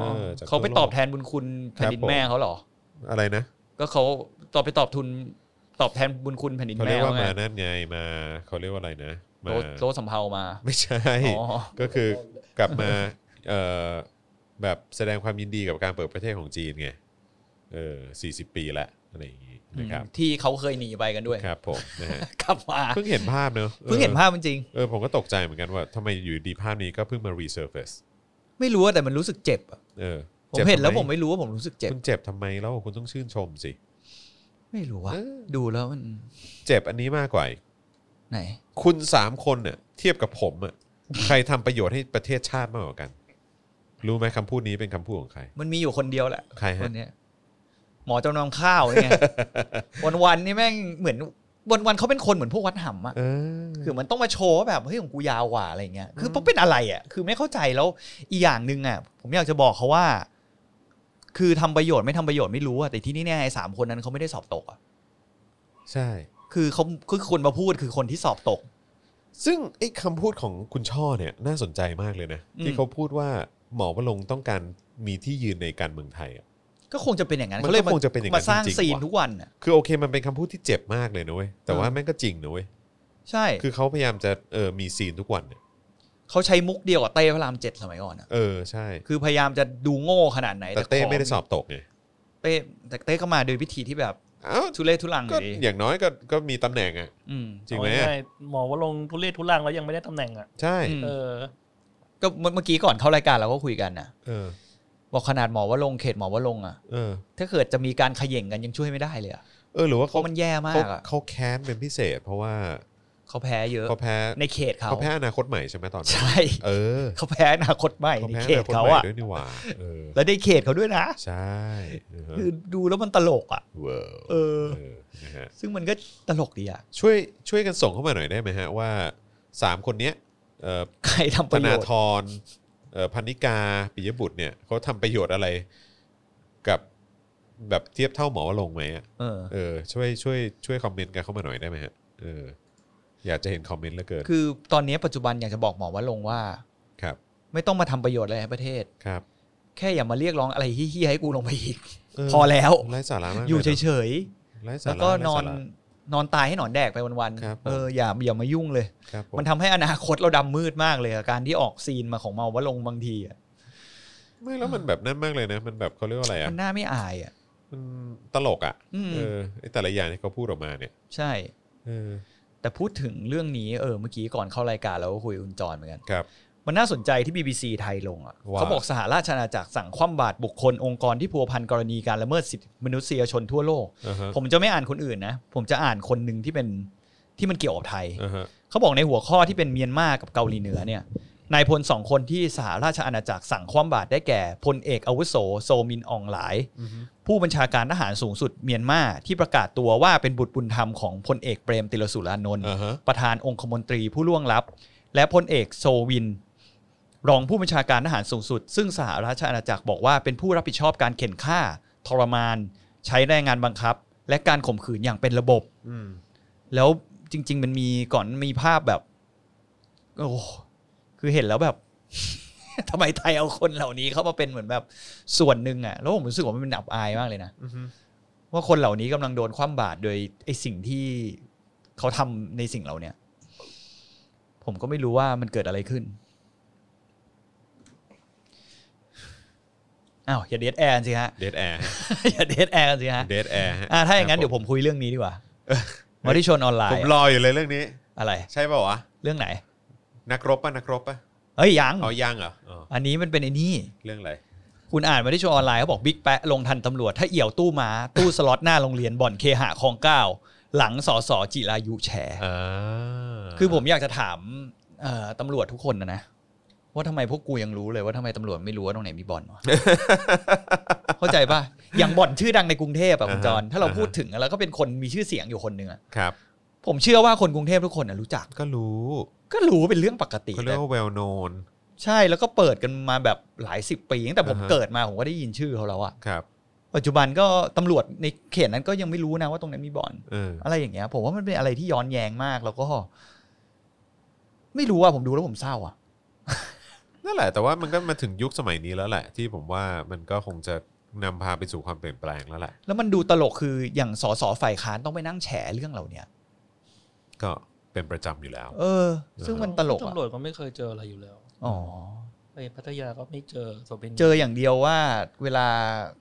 เออจาก
เขาไป
ทั่วโลก
ตอบแทนบุญคุณแผ่นดิน
ครับผม
แม่เขาเหรอ
อะไรนะ
ก็เขาตอบไปตอบทุนตอบแทนบุญคุณแผ่นดิน
เขาเรี
แม่
ยกว่า
เขาไง
มานั่นไงมาเขาเรียกว่าอะไรนะมา
โลโลสำเภามา
ไม่ใช่
อ๋อ
ก็คือกลับมาเอ่อแบบแสดงความยินดีกับการเปิดประเทศของจีนไงเออสี่สิบปีละอะไรอย่างงี้นะครับ
ที่เขาเคยหนีไปกันด้วย
ครับผมนะฮะ
กลับมา
เพิ่งเห็นภาพเนอะ
เพิ่งเห็นภาพจริง
เออผมก็ตกใจเหมือนกันว่าทำไมอยู่ดีภาพนี้ก็เพิ่งมา resurface
ๆไม่รู้อะแต่มันรู้สึกเจ็บอะ
เออ
ผม
จ็บ
เห็นแล้ว
ทำ
ผมไม่รู้ว่าผมรู้สึกเจ็บ
คุณเจ็บทำไมแล้วคุณต้องชื่นชมสิ
ไม่รู้ว่า
เออ
ดูแล้วมัน
เจ็บอันนี้มากกว่าอีก
ไหน
คุณสามคนเน่ะเทียบกับผมอ่ะ ใครทำประโยชน์ให้ประเทศชาติมากกว่ากัน รู้ไหมคำพูดนี้เป็นคำพูดของใคร
มันมีอยู่คนเดียวแหละ
ใครฮะ
นเนี้ยหมอจำนองข้าว เนี่ย วันๆนี่แม่งเหมือนวันๆเขาเป็นคนเหมือนพวกวัดหำอะ
เออ
คือมันต้องมาโชว์ว่าแบบเฮ้ยของกูยาวกว่าอะไรเงี้ย คือมันเป็นอะไรอ่ะ คือไม่เข้าใจแล้วอีกอย่างหนึ่งอ่ะ ผมอยากจะบอกเขาว่า คือทำประโยชน์ไม่ทำประโยชน์ไม่รู้อ่ะแต่ที่นี่เนี่ยไอ้สามคนนั้นเขาไม่ได้สอบตกอ่ะ
ใช่
คือเขาคือคนมาพูดคือคนที่สอบตก
ซึ่งไอ้คำพูดของคุณช่อเนี่ยน่าสนใจมากเลยนะ
อืม
ที่เขาพูดว่าหมอวรงค์ต้องการมีที่ยืนในการเมืองไทยอะ
ก็คงจะเป็นอย่างนั้น
มันก็
เขาเลย
คงจะเป็นอย่างนั้น
มาสร้าง
จริงๆ
ซีน
ว่ะ
ทุกวันอ่ะ
คือโอเคมันเป็นคำพูดที่เจ็บมากเลยนะเว้ยแต่ว่า
เออ
แม่งก็จริงนะเว้ย
ใช่
คือเขาพยายามจะเออมีซีนทุกวันเนี่ย
เขาใช้มุกเดียวกับเต้พระรามเจ็ดสมัยก่อนอ่ะ
เออใช่
คือพยายามจะดูโง่ขนาดไหน
แต่เต้
ของ
ไม่ได้สอบตกไง
เต้แต่เต้ก็มาโดยวิธีที่แบบ
เอ้า
ทุเรศทุลังอ
ก็
ยู่ดี
อย่างน้อยก็ก็มีตำแหน่งอ่ะ
อืม
จริงไหม
เอา
อะ
ง่ายๆหมอว่าลงค์ทุเรศทุลังแล้วยังไม่ได้ตำแหน่งอ่ะ
ใช่
อืม
เออ
ก็เมื่อกี้ก่อนเข้ารายการเราก็คุยกันอ่ะ
เออ
บอกขนาดหมอว่าลงค์เขตหมอว่าลงค์อ่ะ
เออ
ถ้าเกิดจะมีการเขย่งกันยังช่วยไม่ได้เลยอะ
เออหรือว่า
เพ
เขา
ราะมันแย่มา
เขา
กอะ
เขาแค้นเป็นพิเศษ เพราะว่า
เขาแพ้เยอะ
เขาแพ้
ในเขตเขา
เขาแพ้อนาคตใหม่ใช่ไหมตอนนั้น
ใช่
เออ
เขาแพ้อนาคตใหม่
เขา
ใน
แพ้
เข
อ
ต
นาคต
เขา
ใหม่
อะ
ด้วยนี่หว่าเออ
แล้วในเขตเขาด้วยนะ
ใช่อือฮะ
คือดูแล้วมันตลกอะ
เว้อ
เออ
เออนะฮะ
ซึ่งมันก็ตลกดีอะ
ช่วยช่วยกันส่งเข้ามาหน่อยได้ไหมฮะว่าสามคนเนี้ยเออ
ใครทำป
ธ
ระโย
นา
ชน์
ธรเ อ่อพันนิกาปิยบุตรเนี่ยเขาทำประโยชน์อะไรกับแบบเทียบเท่าหมอวลงค์ไหมอะ
เออ
เออช่วยช่วยช่วยคอมเมนต์กันเข้ามาหน่อยได้ไหมฮะเอออยากจะเห็นคอมเมนต์เหลือเกิน
คือตอนนี้ปัจจุบันอยากจะบอกหมอว่าลงค์ว่า
ครับ
ไม่ต้องมาทำประโยชน์อะไรให้ประเทศ
ครับ
แค่อย่ามาเรียกร้องอะไรเฮี้ยๆให้กูลงไปอีก
เพ
อแล้ว
ไร้สาระมาก
อยู่
ลนะ
เฉย
ไร้
ๆ
สา
แล้ว
ระ
ก็
ไร้
นอน
สาระ
นอนตายให้หนอนแดกไปวัน
ครับ
ๆ
ผม
เอออย่าอย่ามายุ่งเลย
ครับผ
มันทำให้อนาคตเราดำมืดมากเลยอะการที่ออกซีนมาของเมาว่าลงค์บางทีอะ
ไม่แล้วมันแบบนั่นมากเลยนะมันแบบเขาเรียกว่าอะไรอ่ะ
มันน่าไม่อายอ่ะ
มันตลกอ่ะ
อืม
เออไอ้แต่ละอย่างที่เขาพูดออกมาเนี่ย
ใช่
เออ
แต่พูดถึงเรื่องนี้เออเมื่อกี้ก่อนเข้ารายการเราก็คุยกับคุณจอนเหมือนกัน
ครับ
มันน่าสนใจที่ BBC ไทยลงอ่ะ
ว่า
เขาบอกสหราชอาณาจักรสั่งคว่ำบาตรบุคคลองค์กรที่พัวพันกรณีการละเมิดสิทธิมนุษยชนทั่วโลก
อ่าฮะ
ผมจะไม่อ่านคนอื่นนะ ผมจะอ่านคนหนึ่งที่เป็นที่มันเกี่ยวกับไทย
อ่าฮะ
เขาบอกในหัวข้อที่เป็นเมียนมากับเกาหลีเหนือเนี่ยนายพลสองคนที่สหราชอาณาจักรสั่งคว่ำบาตรได้แก่พลเอกอาวุโสโซมินอองหลาย
อือฮึ
ผู้บัญชาการทหารสูงสุดเมียนมาที่ประกาศตัวว่าเป็นบุตรบุญธรรมของพลเอกเปรมติลสุรานนท์
อ่าฮะ
ประธานองคมนตรีผู้ล่วงลับ และพลเอกโซวิน รองผู้บัญชาการทหารสูงสุด ซึ่งสหราชอาณาจักรบอกว่าเป็นผู้รับผิดชอบการเข็นฆ่า ทรมาน ใช้แรงงานบังคับ และการข่มขืนอย่างเป็นระบบ
อืม
แล้วจริง ๆ มันมีก่อนมีภาพแบบ โอ้โหคือเห็นแล้วแบบ ทำไมไทยเอาคนเหล่านี้เข้ามาเป็นเหมือนแบบส่วนหนึ่งอะแล้วผมรู้สึกว่ามันเป็นอับอายมากเลยนะ
อือฮึ
ว่าคนเหล่านี้กำลังโดนคว่ำบาตรโดยไอ้สิ่งที่เขาทำในสิ่งเหล่าเนี้ยผมก็ไม่รู้ว่ามันเกิดอะไรขึ้นอ้าวอย่าเดทแอร์สิฮะ
เดดแอร์
อย่าเดทแอร์สิฮะ
เดดแอร์
อ่าถ้าอย่างนั้นเดี๋ยวผมคุยเรื่องนี้ดีก ว่ามาที่ชนออนไล
ผม
น์
รออยู่เลยเรื่องนี้
อะไร
ใช่เปล่าวะ
เรื่องไหน
นักรบป่ะ นักรบป่ะ
เอ้ยยัง
เอายังเหรออ๋อ
อันนี้มันเป็นไอ้นี่
เรื่องอะไร
คุณอ่านมาที่ชวนออนไลน์เขาบอกบิ๊กแปะลงทันตำรวจ ถ้าเอี่ยวตู้ม้าตู้สล็อตหน้าโรงเรียนบ่อนเคหะคลองเก้าหลังสอสอจิรายุแฉ
อ่า
คือผมอยากจะถามเอ่อตำรวจทุกคนนะนะว่าทำไมพวกกูยังรู้เลยว่าทำไมตำรวจไม่รู้ว่าตรงไหนมีบ่อน วะ เข้าใจป่ะอย่างบ่อนชื่อดังในกรุงเทพอะคุณจรถ้าเราพูดถึงอะแล้วก็เป็นคนมีชื่อเสียงอยู่คนหนึ่งอะ
ครับ
ผมเชื่อว่าคนกรุงเทพทุกคนอะรู้จัก
ก็รู้
ก็รู้เป็นเรื่องปกติ
เขาเรียกว่า well known
ใช่แล้วก็เปิดกันมาแบบหลายสิบปีตั้งแต่ผม
อ่าฮะ
เกิดมาผมก็ได้ยินชื่อเขาแล้วอะ
ครับ
ปัจจุบันก็ตำรวจในเขตนั้นก็ยังไม่รู้นะว่าตรงนั้นมีบ่อน
เออ
อะไรอย่างเงี้ย ผมว่ามันเป็นอะไรที่ย้อนแย้งมากแล้วก็ ไม่รู้อะผมดูแล้วผมเศร้าอะ
นั่นแหละ แต่ว่ามันก็มาถึงยุคสมัยนี้แล้วแหละ ที่ผมว่ามันก็คงจะนำพาไปสู่ความเปลี่ยนแปลงแล้วแหละ
แล้วมันดูตลกคืออย่างสสฝ่ายค้านต้องไปนั่งแฉเรื่องเหล่าเนี้ย
ก็เป็นประจำอยู่แล้ว
เออ ซึ่งมันตลกอ่ะ
ตำรวจก็ไม่เคยเจออะไรอยู่แล้ว
อ๋อ
ไปพัทยาก็ไม่เจอโสเภณี
เจออย่างเดียวว่าเวลา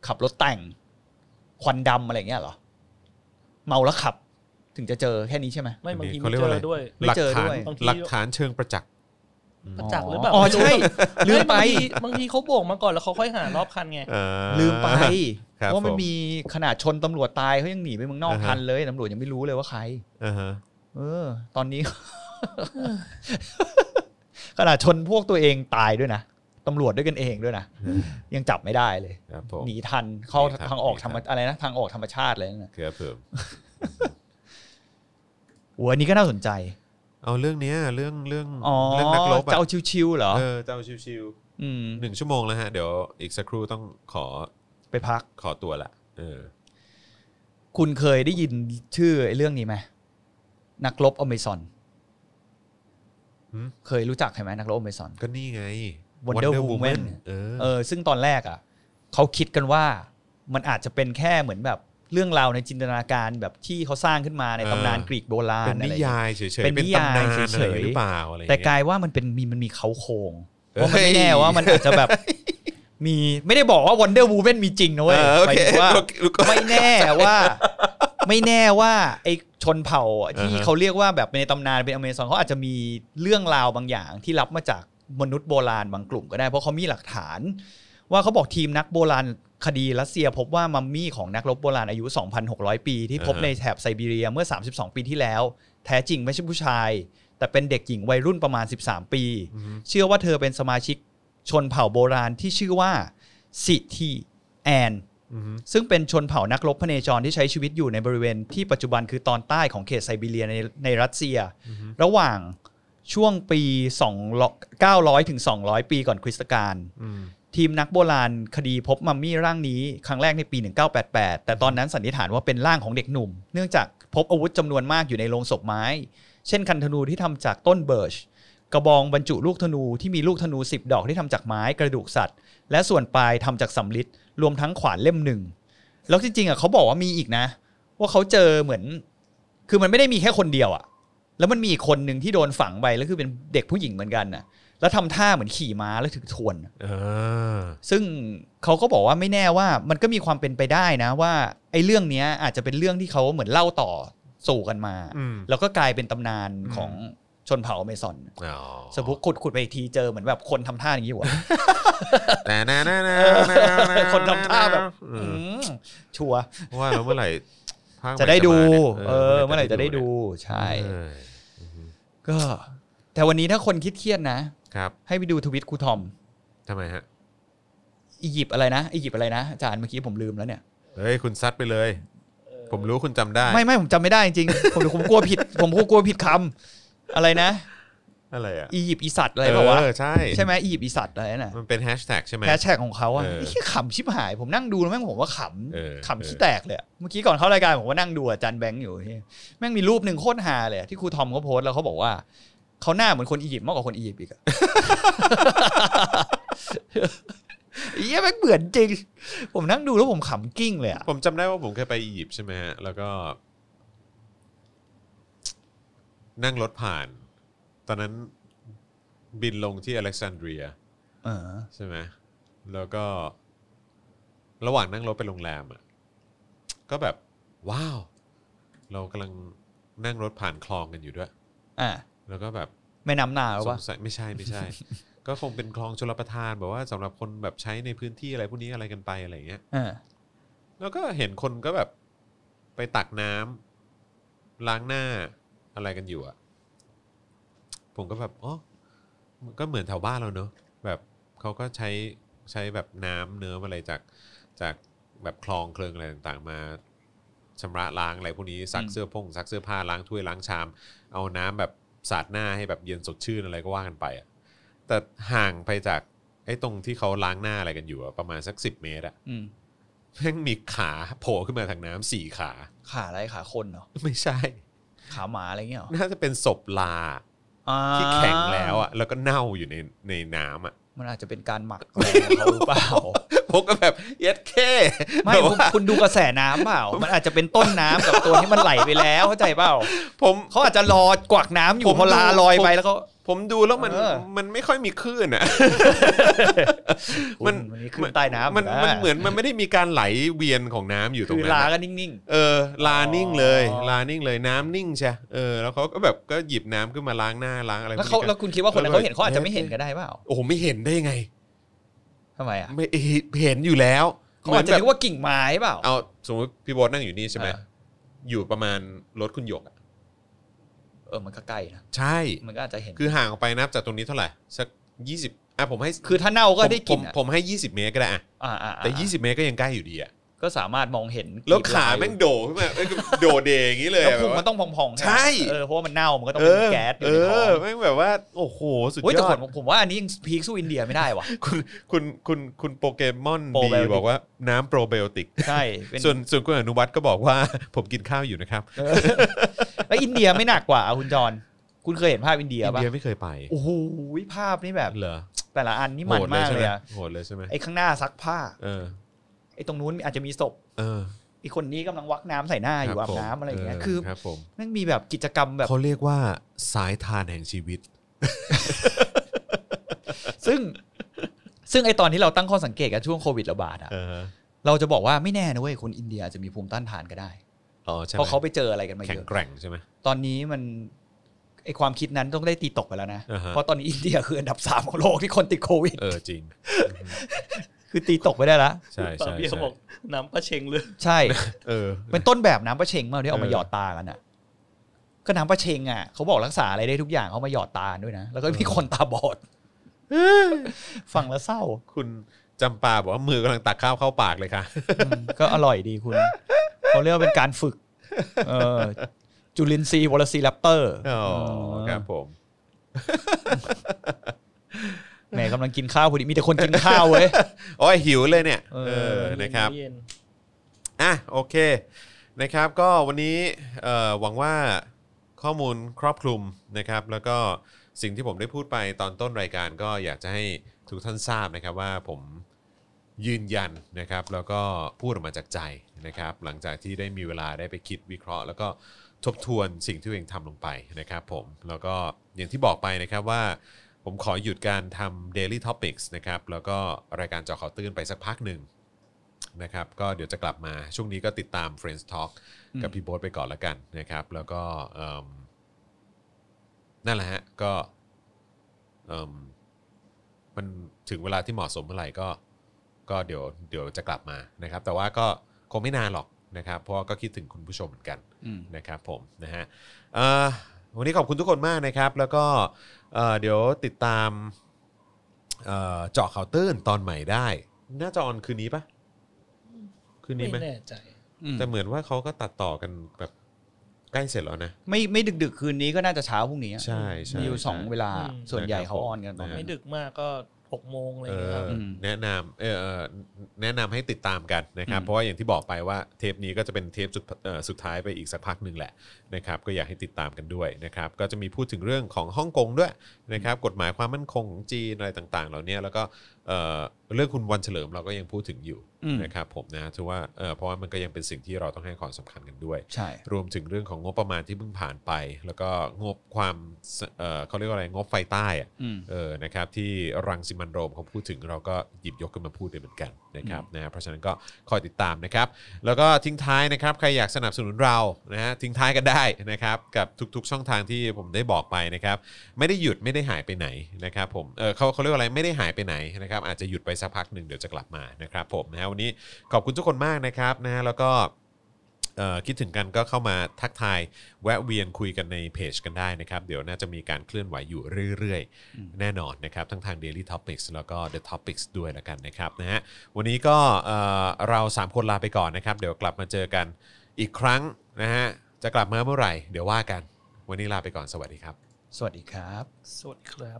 ขับรถแต่ง ควันดำอะไรอย่างเงี้ยเหรอ เมาแล้วขับ ถึงจะเจอแค่นี้ใช่ไหม
ไม่บางที
เขา
ไม่
เรียก
เจ
ว่าอะไร
อด้วย
ไม่
หลั
เจอ
ฐาน
ด้วย
หลักฐานเชิงประจักษ์
ประจักษ์หรือเปล่า
อ๋อ
ไม่รู้
ใช่ลืมไป
บางทีบางทีเขาโบกมาก่อนแล้วเขาค่อยหารอบคันไง
อ่า
ลืมไป
ครับ
ว่ามัน
ผม
มีขนาดชนตำรวจตายเขายังหนีไปเมืองนอก
อ่าฮะ
ทันเลยตำรวจยังไม่รู้เลยว่าใคร
อ่าฮะ
เออ ตอนนี้ ขนาดชนพวกตัวเองตายด้วยนะตำรวจด้วยกันเองด้วยนะยังจับไม่ได้เลย
ครับผม
หนีทันเข้า
หนีทัน
ทางออก
หนี
ธรรม
ทัน
อะไรนะทางออกธรรมชาติเลยนะ
เครับผม
โอ้อันนี้ก็น่าสนใจ
เอาเรื่องเนี้ยเรื่องเรื่อง
อ๋อ
เรื่องนักรบ
จะ
อะ
เอาชิวๆเหรอ
เออเจ้าชิวๆ
ืม
หนึ่งชั่วโมงแล้วฮะ เดี๋ยวอีกสักครู่ต้องขอ
ไปพัก
ขอตัวละเออ
คุณเคยได้ยินชื่อไอ้เรื่องนี้ไหมนักรบอเมซอน
หืม
เคยรู้จักใช่ไหมนักรบอเมซอน
ก็นี่ไง
Wonder Woman
เออ
เออ ซึ่งตอนแรกอ่ะเขาคิดกันว่ามันอาจจะเป็นแค่เหมือนแบบเรื่องราวในจินตนาการแบบที่เขาสร้างขึ้นมาในตำนานกรีกโบราณ
เป็น
อะไรอ
นิ
ย่างเงี้ย
ยายเฉยๆ
เป็นนิยาย
ตำนานอะไร
เฉยๆ
หรือเปล่าอะไร
แต่ก
กา
ลาย ยว่ามันเป็นมีมันมีเขาโครง
เฮ้ย
ว่ามันไม่แน่ว่ามันอาจจะแบบ มีไม่ได้บอกว่าวันเดอร์วูแมนมีจริงนะเว้ย
เออโอ
หมาย
เค
ถึงว่า
โอเค
ไม่แน่ว่า ไม่แน่ว่าไอชนเผ่าอะที่
อ่าฮะ
เขาเรียกว่าแบบในตำนานเป็นอเมซอนเขาอาจจะมีเรื่องราวบางอย่างที่รับมาจากมนุษย์โบราณบางกลุ่มก็ได้ เพราะเขามีหลักฐาน ว่าเขาบอกทีมนักโบราณคดีรัสเซียพบว่ามัมมี่ของนักรบโบราณอายุ 2,600 ปี ที่พบ
อ่าฮะ
ในแถบไซบีเรียเมื่อ 32 ปีที่แล้ว แท้จริงไม่ใช่ผู้ชาย แต่เป็นเด็กหญิงวัยรุ่นประมาณ 13 ปี เชื่อว่าเธอเป็นสมาชิกชนเผ่าโบราณที่ชื่อว่าสิทีแอน ซึ่งเป็นชนเผ่านักรบพเนจรที่ใช้ชีวิตอยู่ในบริเวณที่ปัจจุบันคือตอนใต้ของเขตไซบีเรียในในรัสเซีย ระหว่าง ช่วงปี2 900ถึง200 ปีก่อนคริสตกาล
อืม
ทีมนักโบราณคดีพบมัมมี่ร่างนี้ครั้งแรกในปี 1988 แต่ตอนนั้นสันนิษฐานว่าเป็นร่างของเด็กหนุ่ม เนื่องจากพบอาวุธจำนวนมากอยู่ในโรงศพไม้ เช่นคันธนูที่ทำจากต้นเบิร์ช กระบองบรรจุลูกธนูที่มีลูกธนู 10 ดอกที่ทำจากไม้กระดูกสัตว์ และส่วนปลายทำจากสำลิดรวมทั้งขวานเล่มหนึ่ง แล้วจริงๆอ่ะเขาบอกว่ามีอีกนะ ว่าเขาเจอเหมือน คือมันไม่ได้มีแค่คนเดียวอ่ะ แล้วมันมีอีกคนหนึ่งที่โดนฝังไปแล้วคือเป็นเด็กผู้หญิงเหมือนกันน่ะ แล้วทำท่าเหมือนขี่ม้าแล้วถึกทวนน่ะ
อ่า
ซึ่งเขาก็บอกว่าไม่แน่ว่ามันก็มีความเป็นไปได้นะว่าไอ้เรื่องเนี้ยอาจจะเป็นเรื่องที่เขาเหมือนเล่าต่อสู่กันมา
อืม
แล้วก็กลายเป็นตำนาน
อืม
ของชนเผ่าอเมซอน
อ๋อ
สมมติขุดขุดไปอีกทีเจอเหมือนแบบคนทำท่าอย่างนี้อยู่อะ
นะนะนะนะ
คนทำท่าแบบ
เอ อ
อืมชัวร์
ว่าแล้วเมื่อไหร่ภาคใหม่
จะได้ดู
มานี่ย
เออ เมื่อไหร่จะได้ดูใช่
เออ
ก็ แต่วันนี้ถ้าคนคิดเครียดๆนะ
ครับ
ให้ไปดูทวิตครูทอม
ทำไมฮะ
อียิปต์อะไรนะ อียิปต์อะไรนะอาจารย์เมื่อกี้ผมลืมแล้วเนี่ย
เฮ้ย คุณซัดไปเลย
เออ
ผมรู้คุณจำได้
ไม่ไม่ผมจำไม่ได้จริงๆ ผมผมกลัวผิด ผมกลัวผิดคำอะไรนะ
อะไรอ่ะ
อียิปต์อีสัตว์อะไรเปล่าวะ
เออใช่
ใช่ไหมอียิปต์อีสัตว์อะไรน่ะ
มันเป็นแฮชแท็กใช่ไหม
แฮชแท็กของเขาอะ
เออ
ไอ้เหี้ยขำชิบหาย ผมนั่งดูแล้วแม่งผมว่าข
เออ
ำขำขี้แตกเลยอะเมื่อกี้ก่อนเข้ารายการผมก็นั่งดูอาจารย์แบงค์อยู่เหี้ยแม่งมีรูปหนึ่งโคตรฮาเลยอะที่ครูทอมเขาโพสต์แล้วเขาบอกว่าเขาหน้าเหมือนคนอียิปต์มากกว่าคนอียิปต์อีกอะ ไอ้เหี้ยแม่งเหมือนจริง ผมนั่งดูแล้วผมขำกิ้งเลยอะ
ผมจำได้ว่าผมเคยไปอียิปต์ใช่ไหมฮะ แล้วก็ นั่งรถผ่าน ตอนนั้นบินลงที่อเล็กซานเดรีย
เออ
ใช่ไหม แล้วก็ระหว่างนั่งรถไปโรงแรมอ่ะ ก็แบบ ว้าว เรากำลังนั่งรถผ่านคลองกันอยู่ด้วย
อ่ะ
แล้วก็แบบ
แม่น้ำนา
ส
วะ
งสัยไม่ใช่ไม่ใช่ ก็คงเป็นคลองชลประทานแบบว่าสำหรับคนแบบใช้ในพื้นที่อะไรพวกนี้อะไรกันไปอะไรอย่างเงี้ย
เออ
แล้วก็เห็นคนก็แบบไปตักน้ำล้างหน้าอะไรกันอยู่อะผมก็แบบอ๋อมันก็เหมือนแถวบ้านเราเนอะแบบเขาก็ใช้ใช้แบบน้ำเนื้ออะไรจากจากแบบคลองเคลิงอะไรต่างๆ มาชำระล้างอะไรพวกนี้ซักเสื้อผงซักเสื้อผ้าล้างถ้วยล้างชาม เอาน้ำแบบสาดหน้าให้แบบเย็นสดชื่นอะไรก็ว่ากันไปอะแต่ห่างไปจากไอ้ตรงที่เขาล้างหน้าอะไรกันอยู่อะประมาณสักสิบเมตรอะ
อืม
แม่งมีขาโผล่ขึ้นมาทางน้ำสี่ขา
ขาอะไรขาคนเหรอ
ไม่ใช่
ขาหมาอะไรเงี้ยเหรอ
น่าจะเป็นศพลา
อ่า
ที่แข็งแล้วอ่ะแล้วก็เน่าอยู่ในในน้ำอ่ะ
มันอาจจะเป็นการหมักอะไรของเขาหรือเปล่า
ผมก็แบบเย็ดแค่
ไม่
แบบ
คุณ
ว่า
คุณดูกระแสน้ำเปล่า มันอาจจะเป็นต้นน้ำกับตัวที่มันไหลไปแล้วเข้าใจเปล่า
ผม
เขาอาจจะรอกวักน้ำอยู่พอลาลอยไปแล้วก็
ผมดูแล้วมัน
เออ
มันไม่ค่อยมีคลื่นอ่ะ มัน
คุณขึ้นใต้น้ำ
มัน
ยู่ะ
มันเหมือนมันไม่ได้มีการไหลเวียนของน้ำอยู่ตร
คื
ง
อ
นั้น
ลา
อะ
ก็นิ่ง
เออ ลานิ่งเลย
อ๋อ
ลานิ่งเลยน้ำนิ่งใช่เออแล้วเขาก็แบบก็หยิบน้ำขึ้นมาล้างหน้าล้างอะไร
ๆ แล้วเขา
พวกนี้
แล้
กัน
วคุณคิดว่าคนนั้น
แล้ว
เขา
ก็
เห็นเขาอาจจะไม่เห็นก็ได้เปล่า
โอ้โหไม่เห็นได้ไง
ทำไมอ่ะ
ไม่เห็นอยู่แล้ว
เขาอาจจะ
หมืน
นึ
แบบ
กว่ากิ่งไม้เปล่า
เอาสมมติพี่โบอสนั่งอยู่นี่ใช่ไหม
เออ
อยู่ประมาณรถคุณหยกอะ
เออมันก็ใกล้นะ
ใช่
มันก็อาจจะเห็น
คือห่างออกไปนับจากตรงนี้เท่าไหร่สักยี่สิบอ่ะผมให้
คือถ้าเน่าก็ได้ก
ผ
ลิ่น
ม
อะ
ผมให้ยี่สิบเมตรก็ได้อะ
อ่าอ่าอ่า
แต่ยี่สิบเมตรก็ยังใกล้อยู่ดีอะ
ก็สามารถมองเห็นกบ
แล้วขา
ลย
แม่งโดดขึ้นมาเอ้ยโดดเดอย่างนี้เลย
แล้ว
อะ
พุง
แบบ
มัน
ว่า
ต้องพองๆ
ใช่
เออเพราะว่ามันเน่ามันก็ต้อง
เอ
เป็น
อ
แก๊สอยู่
เอ
ในท้อ
อง แม่งแบบว่า โอ้โห สุด
เฮ้ย
ย
แต่
อ
ผ
ด
มผมว่าอันนี้ยังพีคสู้อินเดียไม่ได้ว่ะ
คุณคุณคุณคุณโปเกมอน
โปร
บี
ไบโอติก
บอกว่าน้ำโปรไบโอติก
ใช่เป็น
ส่วนส่วนคุณอนุวัฒน์ก็บอกว่า ผมกินข้าวอยู่นะครับ
เออแล้วอินเดียไม่หนักกว่าอ่ะคุณจอนคุณเคยเห็นภาพอินเดีย
อิน
ป่ะ
เดียไม่เคยไป
โอ้โหภาพนี่แบบ
เหรอ
แต่ละอันนี่มันมาก
โหด
เล
ใช่ไห
ยอะ
โหดเลยใช่ไหม
ไอ้ข้างหน้าซักผ้า
เออ
ไอ้ตรงนู้นอาจจะมีศพ
เออ
ไอ้คนนี้กำลังวักน้ำใส่หน้าอยู่
ค
อา
บบ ผม
น้ำอะไรอย่างเงี้ยคือ
ครับผม
แมันมีแบบกิจกรรมแบบ
เขาเรียกว่าสายทานแห่งชีวิต
ซึ่ง ซึ่งไอ้ตอนที่เราตั้งข้อสังเกตกันช่วงโควิดระบาดอะ
เออ
เราจะบอกว่าไม่แน่นะเว้ยคนอินเดียอาจจะมีภูมิต้านทานก็ได้
อ๋อใช่ไห
เพ
ม
ราะเขาไปเจออะไรกันมา
แข็
เย
ง
อะ
แกร่งใช่ไหม
ตอนนี้มันไอความคิดนั้นต้องได้ตีตกไปแล้วนะ
อ่าฮะ
เพราะตอนนี้อินเดียคืออันดับสามของโลกที่คนติดโควิด
เออจริง
คือตีตกไปได้ละ
ใช่
ปา
ใช่
เบีย
ใช่
บอกน้ำปลาเชงเลย
ใช่
เออ
เป็นต้นแบบน้ำประเชงมาที่เอามา
เออ
หยอดตากันอ่ะ ก็น้ำประเชงอ่ะเขาบอกรักษาอะไรได้ทุกอย่างเขามาหยอดตาด้วยนะ แล้วก็มีคนตาบอดฟังแล้วเศร้า
คุณจำปาบอกว่ามือกำลังตักข้าวเข้าปากเลยค่ะ
อืมก็อร่อยดีคุณเขาเรียกว่าเป็นการฝึก เออจุลินทรีย์วอลซีแรปเตอร์
อ๋อครับผม
แหมกำลังกินข้าวพอดีมีแต่คนกินข้าวเว้ย
โอ้ยหิวเลยเนี่ย
เออ
เออนะครับ
เย็น
อ่ะโอเคนะครับก็วันนี้เอ่อหวังว่าข้อมูลครอบคลุมนะครับ แล้วก็สิ่งที่ผมได้พูดไปตอนต้นรายการก็อยากจะให้ทุกท่านทราบนะครับว่าผมยืนยันนะครับ แล้วก็พูดออกมาจากใจนะครับ หลังจากที่ได้มีเวลาได้ไปคิดวิเคราะห์ แล้วก็ทบทวนสิ่งที่ตัวเองทำลงไปนะครับผมแล้วก็อย่างที่บอกไปนะครับว่า ผมขอหยุดการทำ Daily Topics นะครับแล้วก็รายการเจอข่าวตื้นไปสักพักหนึ่ง นะครับก็เดี๋ยวจะกลับมาช่วงนี้ก็ติดตาม Friends Talk กับพี่โบ๊ทไปก่อนละกันนะครับ แล้วก็เอิ่มนั่นแหละฮะก็เอิ่มมันถึงเวลาที่เหมาะสมเมื่อไหร่ก็ ก็เดี๋ยวเดี๋ยวจะกลับมานะครับ แต่ว่าก็คงไม่นานหรอกนะครับ เพราะว่าก็คิดถึงคุณผู้ชมเหมือนกัน
อืม
นะครับผมนะฮะเอ่อวันนี้ขอบคุณทุกคนมากนะครับ แล้วก็เอ่อเดี๋ยวติดตามเอ่อเจาะข่าวตื้นตอนใหม่ได้ น่าจะออนคืนนี้ปะคืน
ไม่
นี้ไหม
แน่ใจ
อืม
แต่เหมือนว่าเขาก็ตัดต่อกันแบบใกล้เสร็จแล้วนะ
ไม่ไม่ดึกดึกๆคืนนี้ก็น่าจะเช้าพรุ่งนี้อะ
ใช่ใช่
มีอยู่สอง
ใช่
เวลา
อืม
ส่วนใหญ่เขาออนกันตอนนั้
ไม่
น
ดึกมากก็หกโมงอะไรอ
เอย่าง
เงี้ยครับ
อ
ม
แนะนำเออเอ่อแนะนำให้ติดตามกันนะครับ
อืม
เพราะว่าอย่างที่บอกไปว่าเทปนี้ก็จะเป็นเทปสุดเอ่อสุดท้ายไปอีกสักพักหนึ่งแหละนะครับก็อยากให้ติดตามกันด้วยนะครับ ก็จะมีพูดถึงเรื่องของฮ่องกงด้วยนะครับ กฎหมายความมั่นคงของจีนอะไรต่าง ๆ เหล่านี้แล้วก็เอ่อเรื่องคุณวันเฉลิมเราก็ยังพูดถึงอยู่
อืม
นะครับผมนะถือว่าเอ่อเพราะว่ามันก็ยังเป็นสิ่งที่เราต้องให้ความสำคัญกันด้วย
ใช่
รวมถึงเรื่องของงบประมาณที่เพิ่งผ่านไป แล้วก็งบความสเอ่อเขาเรียกว่าอะไรงบไฟใต้อะ
อืม
เออ นะครับ ที่รังสิมันโรมเขาพูดถึงเราก็หยิบยกขึ้นมาพูดด้วยเหมือนกันนะครับนะฮะเพราะฉะนั้นก็คอยติดตามนะครับ แล้วก็ทิ้งท้ายนะครับ ใครอยากสนับสนุนเรานะฮะทิ้งท้ายกันได้นะครับ กับทุกๆช่องทางที่ผมได้บอกไปนะครับ ไม่ได้หยุดไม่ได้หายไปไหนนะครับผม เออเขาเขาเรียกว่าอะไรไม่ได้หายไปไหนนะครับ อาจจะหยุดไปสักพักหนึ่งเดี๋ยวจะกลับมานะครับผมนะฮะวันนี้ขอบคุณทุกคนมากนะครับนะฮะแล้วก็ เอ่อคิดถึงกันก็เข้ามาทักทายแวะเวียนคุยกันในเพจกันได้นะครับ เดี๋ยวน่าจะมีการเคลื่อนไหวอยู่เรื่อยๆ แน่นอนนะครับ ทั้งทาง Daily Topics แล้วก็ The Topics ด้วยแล้วกันนะครับนะฮะวันนี้ก็เอ่อเรา 3 คนลาไปก่อนนะครับ เดี๋ยวกลับมาเจอกันอีกครั้งนะฮะจะกลับมาเมื่อไหร่ เดี๋ยวว่ากัน วันนี้ลาไปก่อนสวัสดีครับ
สวัสดีครับ
สวัสดีครับ